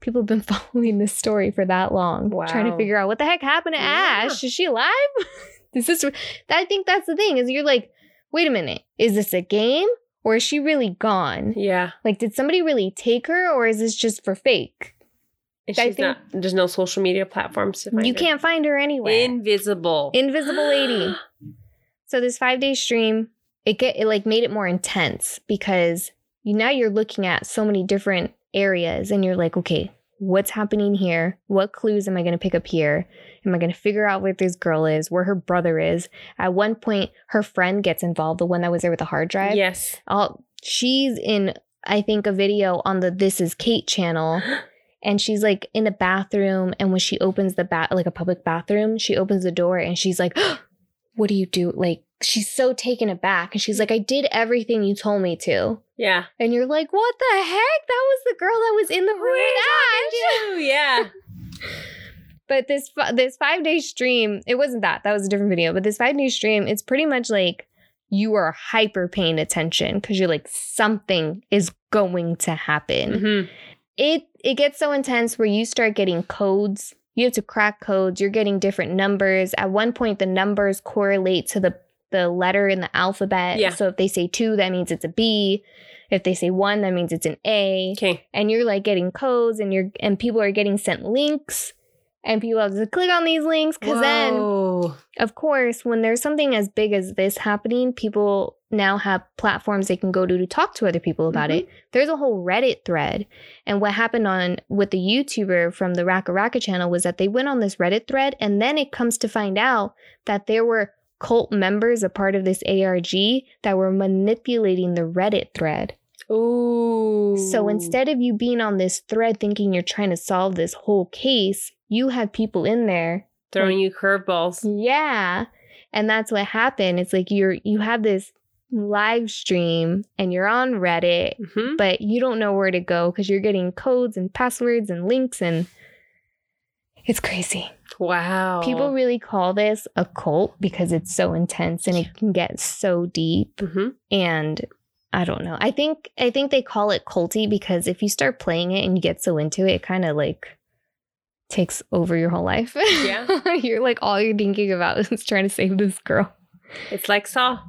Speaker 1: People have been <laughs> following this story for that long, trying to
Speaker 2: Wow.
Speaker 1: figure out what the heck happened to
Speaker 2: Yeah.
Speaker 1: Ash. Is she alive? <laughs> is this? I think that's the thing is you're like, wait a minute, is this a game or is she really gone?
Speaker 2: Yeah.
Speaker 1: Like, did somebody really take her or is this just for fake?
Speaker 2: And
Speaker 1: I
Speaker 2: she's
Speaker 1: think-
Speaker 2: not, there's no social media platforms to find
Speaker 1: you
Speaker 2: her.
Speaker 1: can't find her anywhere.
Speaker 2: Invisible.
Speaker 1: Invisible lady. So this five day stream, it get it like made it more intense because you now you're looking at so many different areas and you're like, okay, what's happening here? What clues am I gonna pick up here? Am I gonna figure out where this girl is, where her brother is? At one point, her friend gets involved, the one that was there with the hard drive.
Speaker 2: yes.
Speaker 1: Oh, she's in I think a video on the This Is Kate channel and she's like in the bathroom and when she opens the bat like a public bathroom she opens the door and she's like <gasps> what do you do like she's so taken aback and she's like i did everything you told me to
Speaker 2: Yeah.
Speaker 1: and you're like what the heck that was the girl that was in the room with Ash. <laughs>
Speaker 2: Ooh, yeah.
Speaker 1: but this fi- this five day stream it wasn't that that was a different video but this five day stream it's pretty much like you are hyper paying attention because you're like something is going to happen
Speaker 2: Mhm.
Speaker 1: it it gets so intense where you start getting codes you have to crack codes you're getting different numbers at one point the numbers correlate to the the letter in the alphabet
Speaker 2: Yeah.
Speaker 1: so if they say two that means it's a b if they say one that means it's an a
Speaker 2: Okay.
Speaker 1: and you're like getting codes and you're and people are getting sent links and people have to click on these links because then
Speaker 2: Whoa.
Speaker 1: of course, when there's something as big as this happening, people now have platforms they can go to to talk to other people about it. There's a whole Reddit thread. And what happened on with the YouTuber from the Raka Raka channel was that they went on this Reddit thread and then it comes to find out that there were cult members a part of this ARG that were manipulating the Reddit thread.
Speaker 2: Ooh.
Speaker 1: So instead of you being on this thread thinking you're trying to solve this whole case, you have people in there
Speaker 2: throwing you curveballs.
Speaker 1: yeah. And that's what happened. It's like you're you have this live stream and you're on Reddit,
Speaker 2: hmm
Speaker 1: but you don't know where to go because you're getting codes and passwords and links and it's crazy.
Speaker 2: Wow.
Speaker 1: People really call this a cult because it's so intense and it can get so deep
Speaker 2: hmm
Speaker 1: and I don't know. I think I think they call it culty because if you start playing it and you get so into it, it kind of like takes over your whole life. <laughs>
Speaker 2: Yeah.
Speaker 1: you're like all you're thinking about <laughs> is trying to save this girl.
Speaker 2: It's like Saw,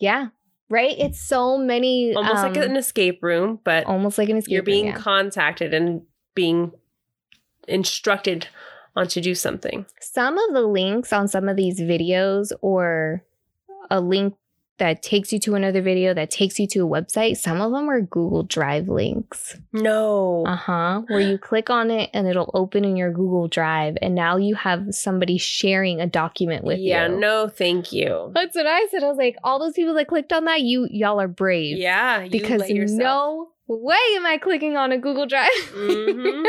Speaker 1: Yeah. Right? It's so many
Speaker 2: almost
Speaker 1: um,
Speaker 2: like an escape room, but
Speaker 1: almost like an escape.
Speaker 2: you're
Speaker 1: room,
Speaker 2: being
Speaker 1: yeah.
Speaker 2: contacted and being instructed on to do something.
Speaker 1: some of the links on some of these videos or a link that takes you to another video that takes you to a website, some of them are Google Drive links.
Speaker 2: No.
Speaker 1: Uh huh. Where you click on it and it'll open in your Google Drive, and now you have somebody sharing a document with
Speaker 2: yeah.
Speaker 1: you.
Speaker 2: No, thank you.
Speaker 1: That's what I said. I was like, all those people that clicked on that, you y'all are brave.
Speaker 2: Yeah. You
Speaker 1: Because
Speaker 2: let yourself-
Speaker 1: no way am I clicking on a Google Drive.
Speaker 2: Mhm.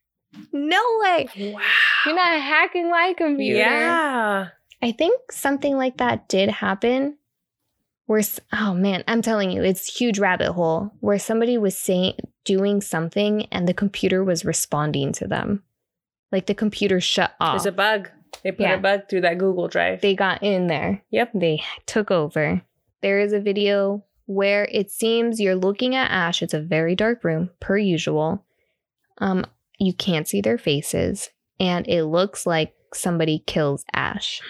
Speaker 1: <laughs> no way.
Speaker 2: Wow.
Speaker 1: You're not hacking my computer.
Speaker 2: Yeah.
Speaker 1: I think something like that did happen. Where s- oh man, I'm telling you, it's huge rabbit hole where somebody was saying doing something and the computer was responding to them. Like the computer shut off.
Speaker 2: There's a bug. They put
Speaker 1: Yeah.
Speaker 2: a bug through that Google Drive.
Speaker 1: they got in there.
Speaker 2: Yep.
Speaker 1: They took over. There is a video where it seems you're looking at Ash. It's a very dark room, per usual. Um, you can't see their faces, and it looks like somebody kills
Speaker 2: <gasps>
Speaker 1: Ash.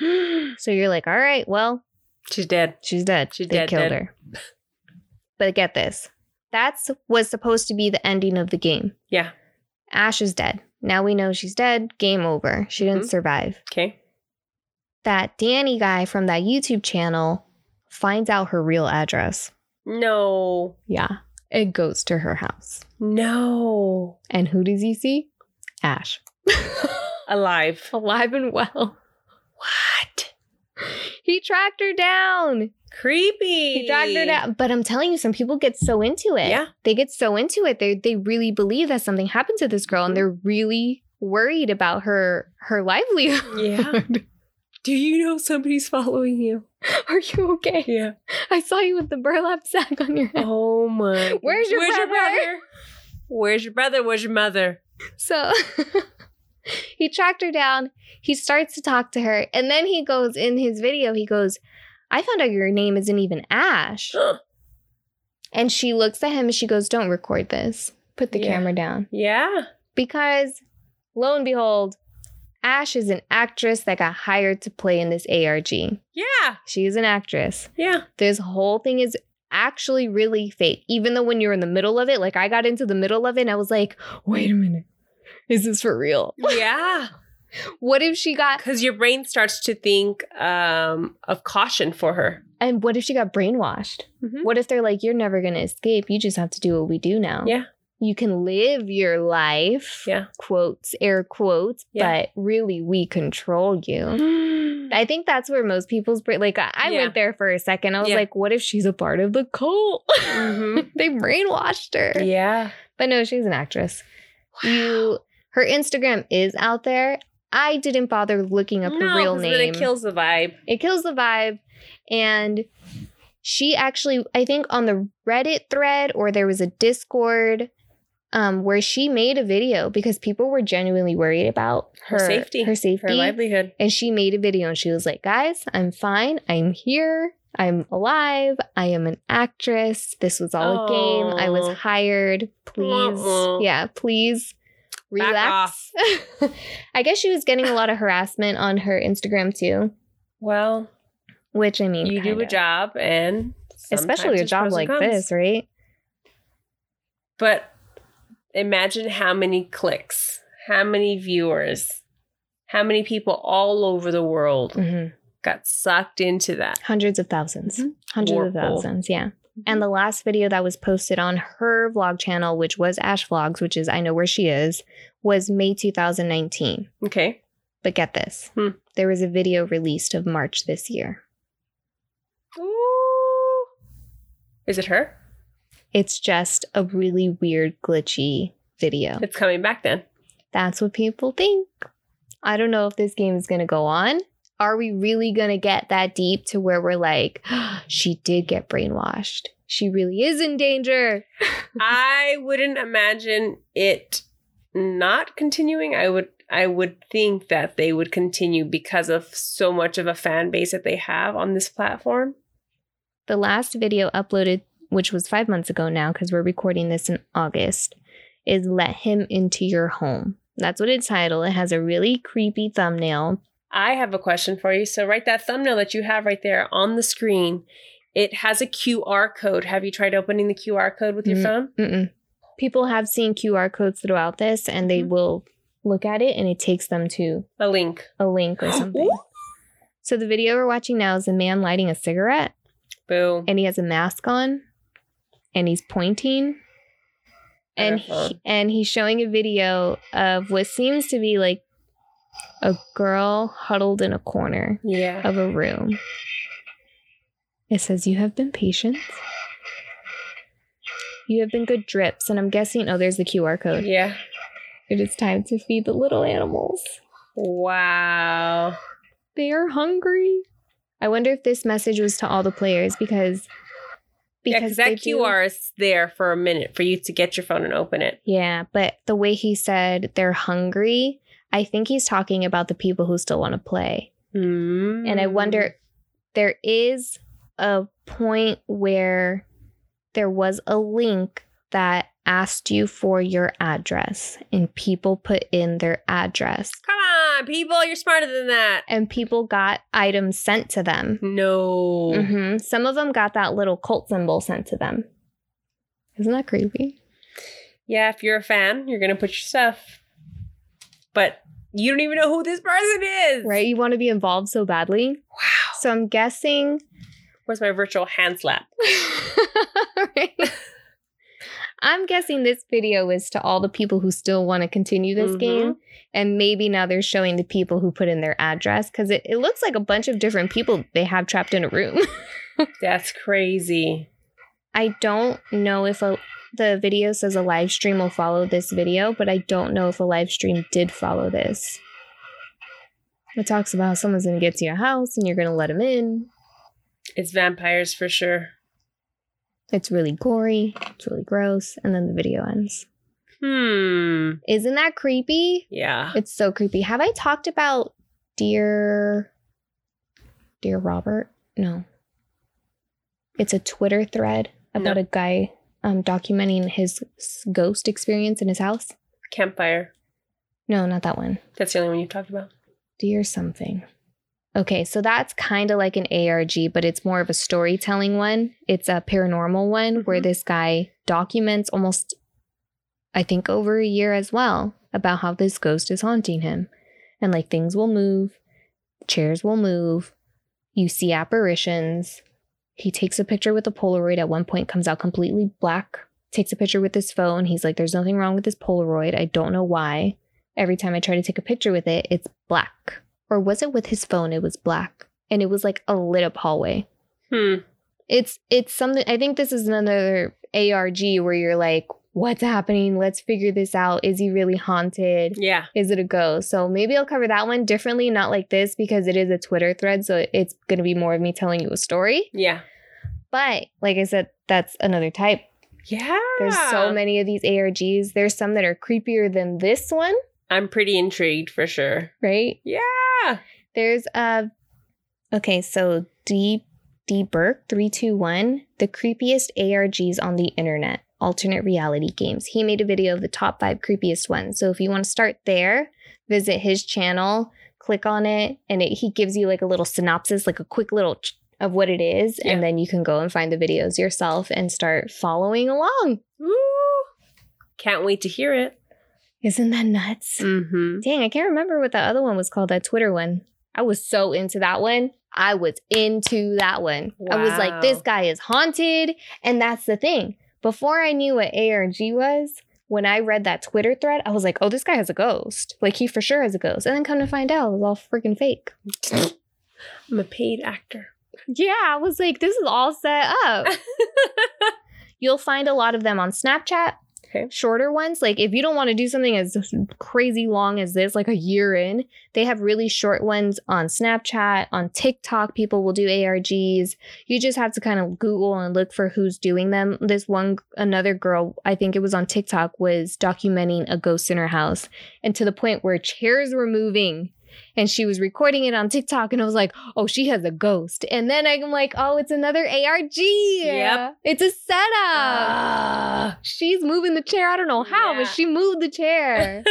Speaker 1: So you're like, all right, well,
Speaker 2: <gasps> She's dead.
Speaker 1: She's dead.
Speaker 2: She's
Speaker 1: they
Speaker 2: dead,
Speaker 1: killed
Speaker 2: dead.
Speaker 1: her. But get this. That's was supposed to be the ending of the game.
Speaker 2: Yeah.
Speaker 1: Ash is dead. Now we know she's dead. Game over. She didn't
Speaker 2: Mhm.
Speaker 1: survive.
Speaker 2: Okay.
Speaker 1: That Danny guy from that YouTube channel finds out her real address.
Speaker 2: No.
Speaker 1: Yeah. It goes to her house.
Speaker 2: No.
Speaker 1: And who does he see? Ash. <laughs>
Speaker 2: Alive.
Speaker 1: Oh. Alive and well.
Speaker 2: What?
Speaker 1: He tracked her down.
Speaker 2: Creepy.
Speaker 1: He dragged her down. But I'm telling you, some people get so into it.
Speaker 2: Yeah.
Speaker 1: They get so into it. They they really believe that something happened to this girl and they're really worried about her her livelihood. <laughs>
Speaker 2: Yeah. <laughs> Do you know somebody's following you?
Speaker 1: Are you okay?
Speaker 2: Yeah.
Speaker 1: I saw you with the burlap sack on your head.
Speaker 2: Oh my.
Speaker 1: <laughs> Where's your brother?
Speaker 2: Where's your brother? Where's
Speaker 1: <gasps>
Speaker 2: your mother?
Speaker 1: So <laughs> he tracked her down. He starts to talk to her. And then he goes in his video, he goes, I found out your name isn't even Ash. And she looks at him and she goes, Don't record this. Put the
Speaker 2: Yeah.
Speaker 1: camera down.
Speaker 2: yeah.
Speaker 1: Because lo and behold, Ash is an actress that got hired to play in this ARG.
Speaker 2: Yeah.
Speaker 1: She is an actress.
Speaker 2: Yeah.
Speaker 1: This whole thing is actually really fake. Even though when you're in the middle of it, like I got into the middle of it and I was like, wait a minute. Is this for real? <laughs>
Speaker 2: Yeah.
Speaker 1: What if she got
Speaker 2: Because your brain starts to think um, of caution for her.
Speaker 1: and what if she got brainwashed?
Speaker 2: Mhm.
Speaker 1: What if they're like, you're never gonna escape? You just have to do what we do now.
Speaker 2: Yeah.
Speaker 1: You can live your life.
Speaker 2: Yeah.
Speaker 1: Quotes, air quotes,
Speaker 2: Yeah.
Speaker 1: but really we control you. I think that's where most people's brain like I, I
Speaker 2: Yeah.
Speaker 1: went there for a second. I was
Speaker 2: Yeah.
Speaker 1: like, what if she's a part of the cult? <laughs>
Speaker 2: Mhm.
Speaker 1: they brainwashed her.
Speaker 2: <laughs> Yeah.
Speaker 1: But no, she's an actress. You her Instagram is out there. I didn't bother looking up her real
Speaker 2: 'cause
Speaker 1: name.
Speaker 2: Then it kills the vibe.
Speaker 1: It kills the vibe. And she actually, I think on the Reddit thread or there was a Discord um, where she made a video because people were genuinely worried about
Speaker 2: Her
Speaker 1: her,
Speaker 2: safety,
Speaker 1: Her
Speaker 2: for
Speaker 1: safety.
Speaker 2: her livelihood.
Speaker 1: and she made a video and she was like, guys, I'm fine. I'm here. I'm alive. I am an actress. This was all a game. I
Speaker 2: Oh.
Speaker 1: was hired. Please.
Speaker 2: Uh-uh.
Speaker 1: Yeah, please
Speaker 2: Back
Speaker 1: relax. <laughs> I guess she was getting a lot of harassment on her Instagram too.
Speaker 2: Well,
Speaker 1: Which I mean,
Speaker 2: you do
Speaker 1: kinda.
Speaker 2: a job, and
Speaker 1: especially
Speaker 2: sometimes
Speaker 1: a
Speaker 2: it's
Speaker 1: job
Speaker 2: pros and
Speaker 1: like
Speaker 2: cons.
Speaker 1: this, right?
Speaker 2: But imagine how many clicks, how many viewers, how many people all over the world
Speaker 1: Mm-hmm.
Speaker 2: got sucked into that.
Speaker 1: Hundreds of 1000s
Speaker 2: Mhm.
Speaker 1: hundreds of
Speaker 2: Warpole.
Speaker 1: thousands, yeah. And the last video that was posted on her vlog channel, which was Ash Vlogs, which is I know where she is, was May 2019.
Speaker 2: Okay.
Speaker 1: But get this,
Speaker 2: Hmm.
Speaker 1: there was a video released of March this year.
Speaker 2: Ooh. Is it her?
Speaker 1: It's just a really weird, glitchy video.
Speaker 2: It's coming back then.
Speaker 1: That's what people think. I don't know if this game is going to go on. Are we really going to get that deep to where we're like, <gasps> she did get brainwashed? She really is in danger.
Speaker 2: I wouldn't imagine it not continuing. I would I would think that they would continue because of so much of a fan base that they have on this platform.
Speaker 1: The last video uploaded, which was five months ago now, because we're recording this in August, is Let Him Into Your Home. That's what it's titled. It has a really creepy thumbnail.
Speaker 2: I have a question for you. So write that thumbnail that you have right there on the screen. It has a QR code. Have you tried opening the QR code with your
Speaker 1: Mm.
Speaker 2: phone?
Speaker 1: Mm-mm. People have seen QR codes throughout this and they
Speaker 2: Mhm.
Speaker 1: will look at it and it takes them to
Speaker 2: A link.
Speaker 1: <gasps> a link
Speaker 2: <gasps>
Speaker 1: or something. So the video we're watching now is a man lighting a cigarette
Speaker 2: Boo.
Speaker 1: and he has a mask on and he's pointing and
Speaker 2: Beautiful.
Speaker 1: he, and he's showing a video of what seems to be like a girl huddled in a corner
Speaker 2: yeah.
Speaker 1: of a room. It says you have been patient. You have been good drips and I'm guessing oh there's the QR code.
Speaker 2: Yeah.
Speaker 1: It is time to feed the little animals.
Speaker 2: Wow.
Speaker 1: They are hungry. I wonder if this message was to all the players because
Speaker 2: Yeah, because
Speaker 1: they
Speaker 2: that
Speaker 1: do-
Speaker 2: QR is there for a minute for you to get your phone and open it.
Speaker 1: Yeah, but the way he said they're hungry, I think he's talking about the people who still want to play.
Speaker 2: Mm.
Speaker 1: And I wonder there is a point where there was a link that asked you for your address and people put in their address
Speaker 2: Come on, people, you're smarter than that.
Speaker 1: and people got items sent to them.
Speaker 2: No.
Speaker 1: hmm Some of them got that little cult symbol sent to them. Isn't that creepy?
Speaker 2: Yeah, if you're a fan, you're gonna put your stuff. But you don't even know who this person is.
Speaker 1: Right? You want to be involved so badly.
Speaker 2: Wow.
Speaker 1: So I'm guessing. <laughs>
Speaker 2: Where's my virtual hand slap?
Speaker 1: Right? I'm guessing this video is to all the people who still want to continue this
Speaker 2: Mhm.
Speaker 1: game. And maybe now they're showing the people who put in their address because it, it looks like a bunch of different people they have trapped in a room. <laughs>
Speaker 2: That's crazy.
Speaker 1: I don't know if a, the video says a live stream will follow this video, but I don't know if a live stream did follow this. It talks about how someone's going to get to your house and you're going to let them in.
Speaker 2: It's vampires for sure.
Speaker 1: It's really gory, it's really gross, and then the video ends.
Speaker 2: Hmm.
Speaker 1: Isn't that
Speaker 2: <sighs>
Speaker 1: creepy?
Speaker 2: Yeah.
Speaker 1: It's so creepy. Have I talked about dear dear Robert? No. It's a Twitter thread about
Speaker 2: No.
Speaker 1: a guy um, documenting his s- ghost experience in his house.
Speaker 2: Campfire.
Speaker 1: No, not that one.
Speaker 2: That's the only one you've talked about.
Speaker 1: Dear something. Okay, so that's kind of like an ARG, but it's more of a storytelling one. It's a paranormal one where
Speaker 2: Mhm.
Speaker 1: this guy documents almost, I think, over a year as well about how this ghost is haunting him. And like things will move, chairs will move, you see apparitions. He takes a picture with a Polaroid at one point, comes out completely black, takes a picture with his phone. He's like, There's nothing wrong with this Polaroid. I don't know why every time I try to take a picture with it, it's black. Or was it with his phone? It was black. And it was like a lit up hallway.
Speaker 2: Hmm.
Speaker 1: It's it's something I think this is another ARG where you're like, what's happening? Let's figure this out. Is he really haunted?
Speaker 2: Yeah.
Speaker 1: Is it a ghost? So maybe I'll cover that one differently, not like this, because it is a Twitter thread. So it's gonna be more of me telling you a story.
Speaker 2: Yeah.
Speaker 1: But like I said, that's another type.
Speaker 2: Yeah.
Speaker 1: There's so many of these ARGs. There's some that are creepier than this one,
Speaker 2: I'm pretty intrigued for sure.
Speaker 1: right?
Speaker 2: Yeah.
Speaker 1: There's a okay, so D D Burke three two one the creepiest ARGs on the internet alternate reality games. He made a video of the top five creepiest ones. So if you want to start there, visit his channel, click on it, and it, he gives you like a little synopsis, like a quick little ch- of what it is,
Speaker 2: Yeah.
Speaker 1: and then you can go and find the videos yourself and start following along.
Speaker 2: Ooh. Can't wait to hear it.
Speaker 1: Isn't that nuts?
Speaker 2: Mm-hmm.
Speaker 1: Dang, I can't remember what the other one was called, that Twitter one. I was so into that one. I was into that one. I was like,
Speaker 2: Wow.
Speaker 1: this guy is haunted. And that's the thing. Before I knew what ARG was, when I read that Twitter thread, I was like, oh, this guy has a ghost. Like, he for sure has a ghost. And then come to find out, it was all freaking fake.
Speaker 2: I'm a paid actor. <laughs>
Speaker 1: Yeah, I was like, this is all set up. You'll find a lot of them on Snapchat.
Speaker 2: Okay.
Speaker 1: Shorter ones, like if you don't want to do something as crazy long as this, like a year in, they have really short ones on Snapchat, on TikTok. People will do ARGs. You just have to kind of Google and look for who's doing them. This one, another girl, I think it was on TikTok, was documenting a ghost in her house, and to the point where chairs were moving. And she was recording it on TikTok, and I was like, oh, she has a ghost. And then I'm like, oh, it's another ARG.
Speaker 2: Yep.
Speaker 1: It's a setup.
Speaker 2: Ah.
Speaker 1: She's moving the chair. I don't know how,
Speaker 2: Yeah.
Speaker 1: but she moved the
Speaker 2: <laughs>
Speaker 1: chair.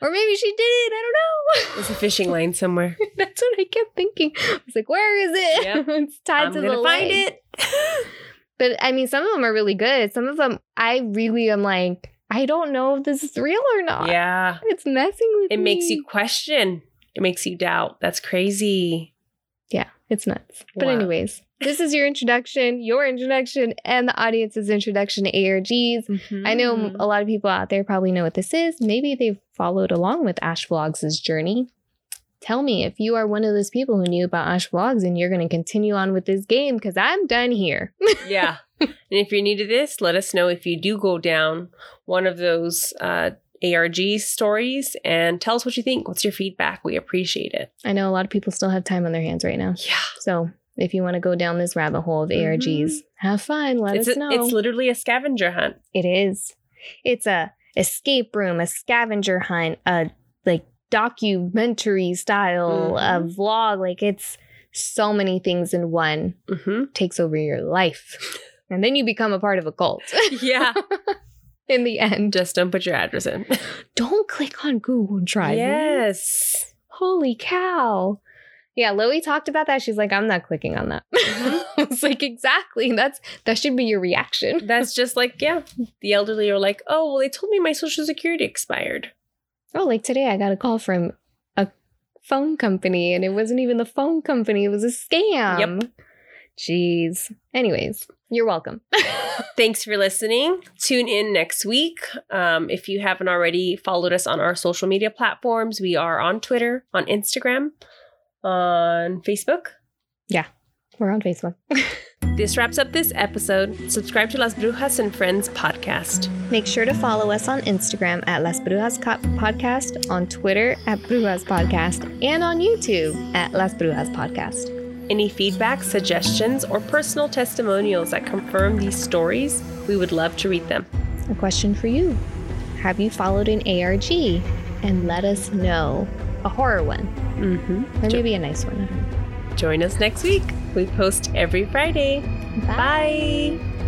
Speaker 1: or maybe she did it. I don't know. <laughs>
Speaker 2: There's a fishing line somewhere.
Speaker 1: That's what I kept thinking. I was like, where is it?
Speaker 2: Yep.
Speaker 1: <laughs> it's tied
Speaker 2: I'm
Speaker 1: to
Speaker 2: gonna
Speaker 1: the
Speaker 2: find
Speaker 1: leg.
Speaker 2: it. <laughs>
Speaker 1: But I mean, some of them are really good. Some of them, I really am like, I don't know if this is real or not.
Speaker 2: yeah.
Speaker 1: It's messing with
Speaker 2: It
Speaker 1: me.
Speaker 2: makes you question. It makes you doubt. That's crazy.
Speaker 1: Yeah, it's nuts. But
Speaker 2: Wow.
Speaker 1: anyways, this is your introduction, your introduction, and the audience's introduction to ARGs. Mm-hmm. I
Speaker 2: Mm.
Speaker 1: know a lot of people out there probably know what this is. Maybe they've followed along with Ash Vlogs' journey. Tell me if you are one of those people who knew about Ash Vlogs and you're going to continue on with this game because I'm done here.
Speaker 2: yeah. And if you're new to this, let us know if you do go down one of those uh, ARG stories and tell us what you think. What's your feedback? We appreciate it.
Speaker 1: I know a lot of people still have time on their hands right now.
Speaker 2: Yeah.
Speaker 1: So if you want to go down this rabbit hole of ARGs,
Speaker 2: Mhm.
Speaker 1: have fun. Let
Speaker 2: It's,
Speaker 1: us
Speaker 2: a-
Speaker 1: know.
Speaker 2: it's literally a scavenger hunt.
Speaker 1: It is. It's a escape room, a scavenger hunt, a like documentary style, a
Speaker 2: Mhm.
Speaker 1: vlog. Like it's so many things in one. <laughs>
Speaker 2: hmm
Speaker 1: takes over your life. And then you become a part of a cult <laughs>
Speaker 2: Yeah.
Speaker 1: in the end.
Speaker 2: Just don't put your address in.
Speaker 1: Don't click on Google Drive.
Speaker 2: Yes.
Speaker 1: Holy cow. Yeah, Loie talked about that. She's like, I'm not clicking on that. <laughs> I was like, exactly. That's that should be your reaction.
Speaker 2: That's just like, yeah. The elderly are like, oh, well, they told me my social security expired.
Speaker 1: Oh, like today I got a call from a phone company and it wasn't even the phone company, it was a scam. Jeez. Anyways, you're welcome.
Speaker 2: Thanks for listening. Tune in next week. Um, if you haven't already followed us on our social media platforms, we are on Twitter, on Instagram, on Facebook.
Speaker 1: We're on Facebook.
Speaker 2: This wraps up this episode. Subscribe to Las Brujas and Friends podcast.
Speaker 1: Make sure to follow us on Instagram at Las Brujas Co- Podcast, on Twitter at Brujas Podcast, and on YouTube at Las Brujas Podcast.
Speaker 2: Any feedback, suggestions, or personal testimonials that confirm these stories, we would love to read them.
Speaker 1: A question for you Have you followed an ARG? And let us know. A horror one,
Speaker 2: Mm-hmm.
Speaker 1: or maybe a nice one.
Speaker 2: Join us next week. We post every Friday. Bye.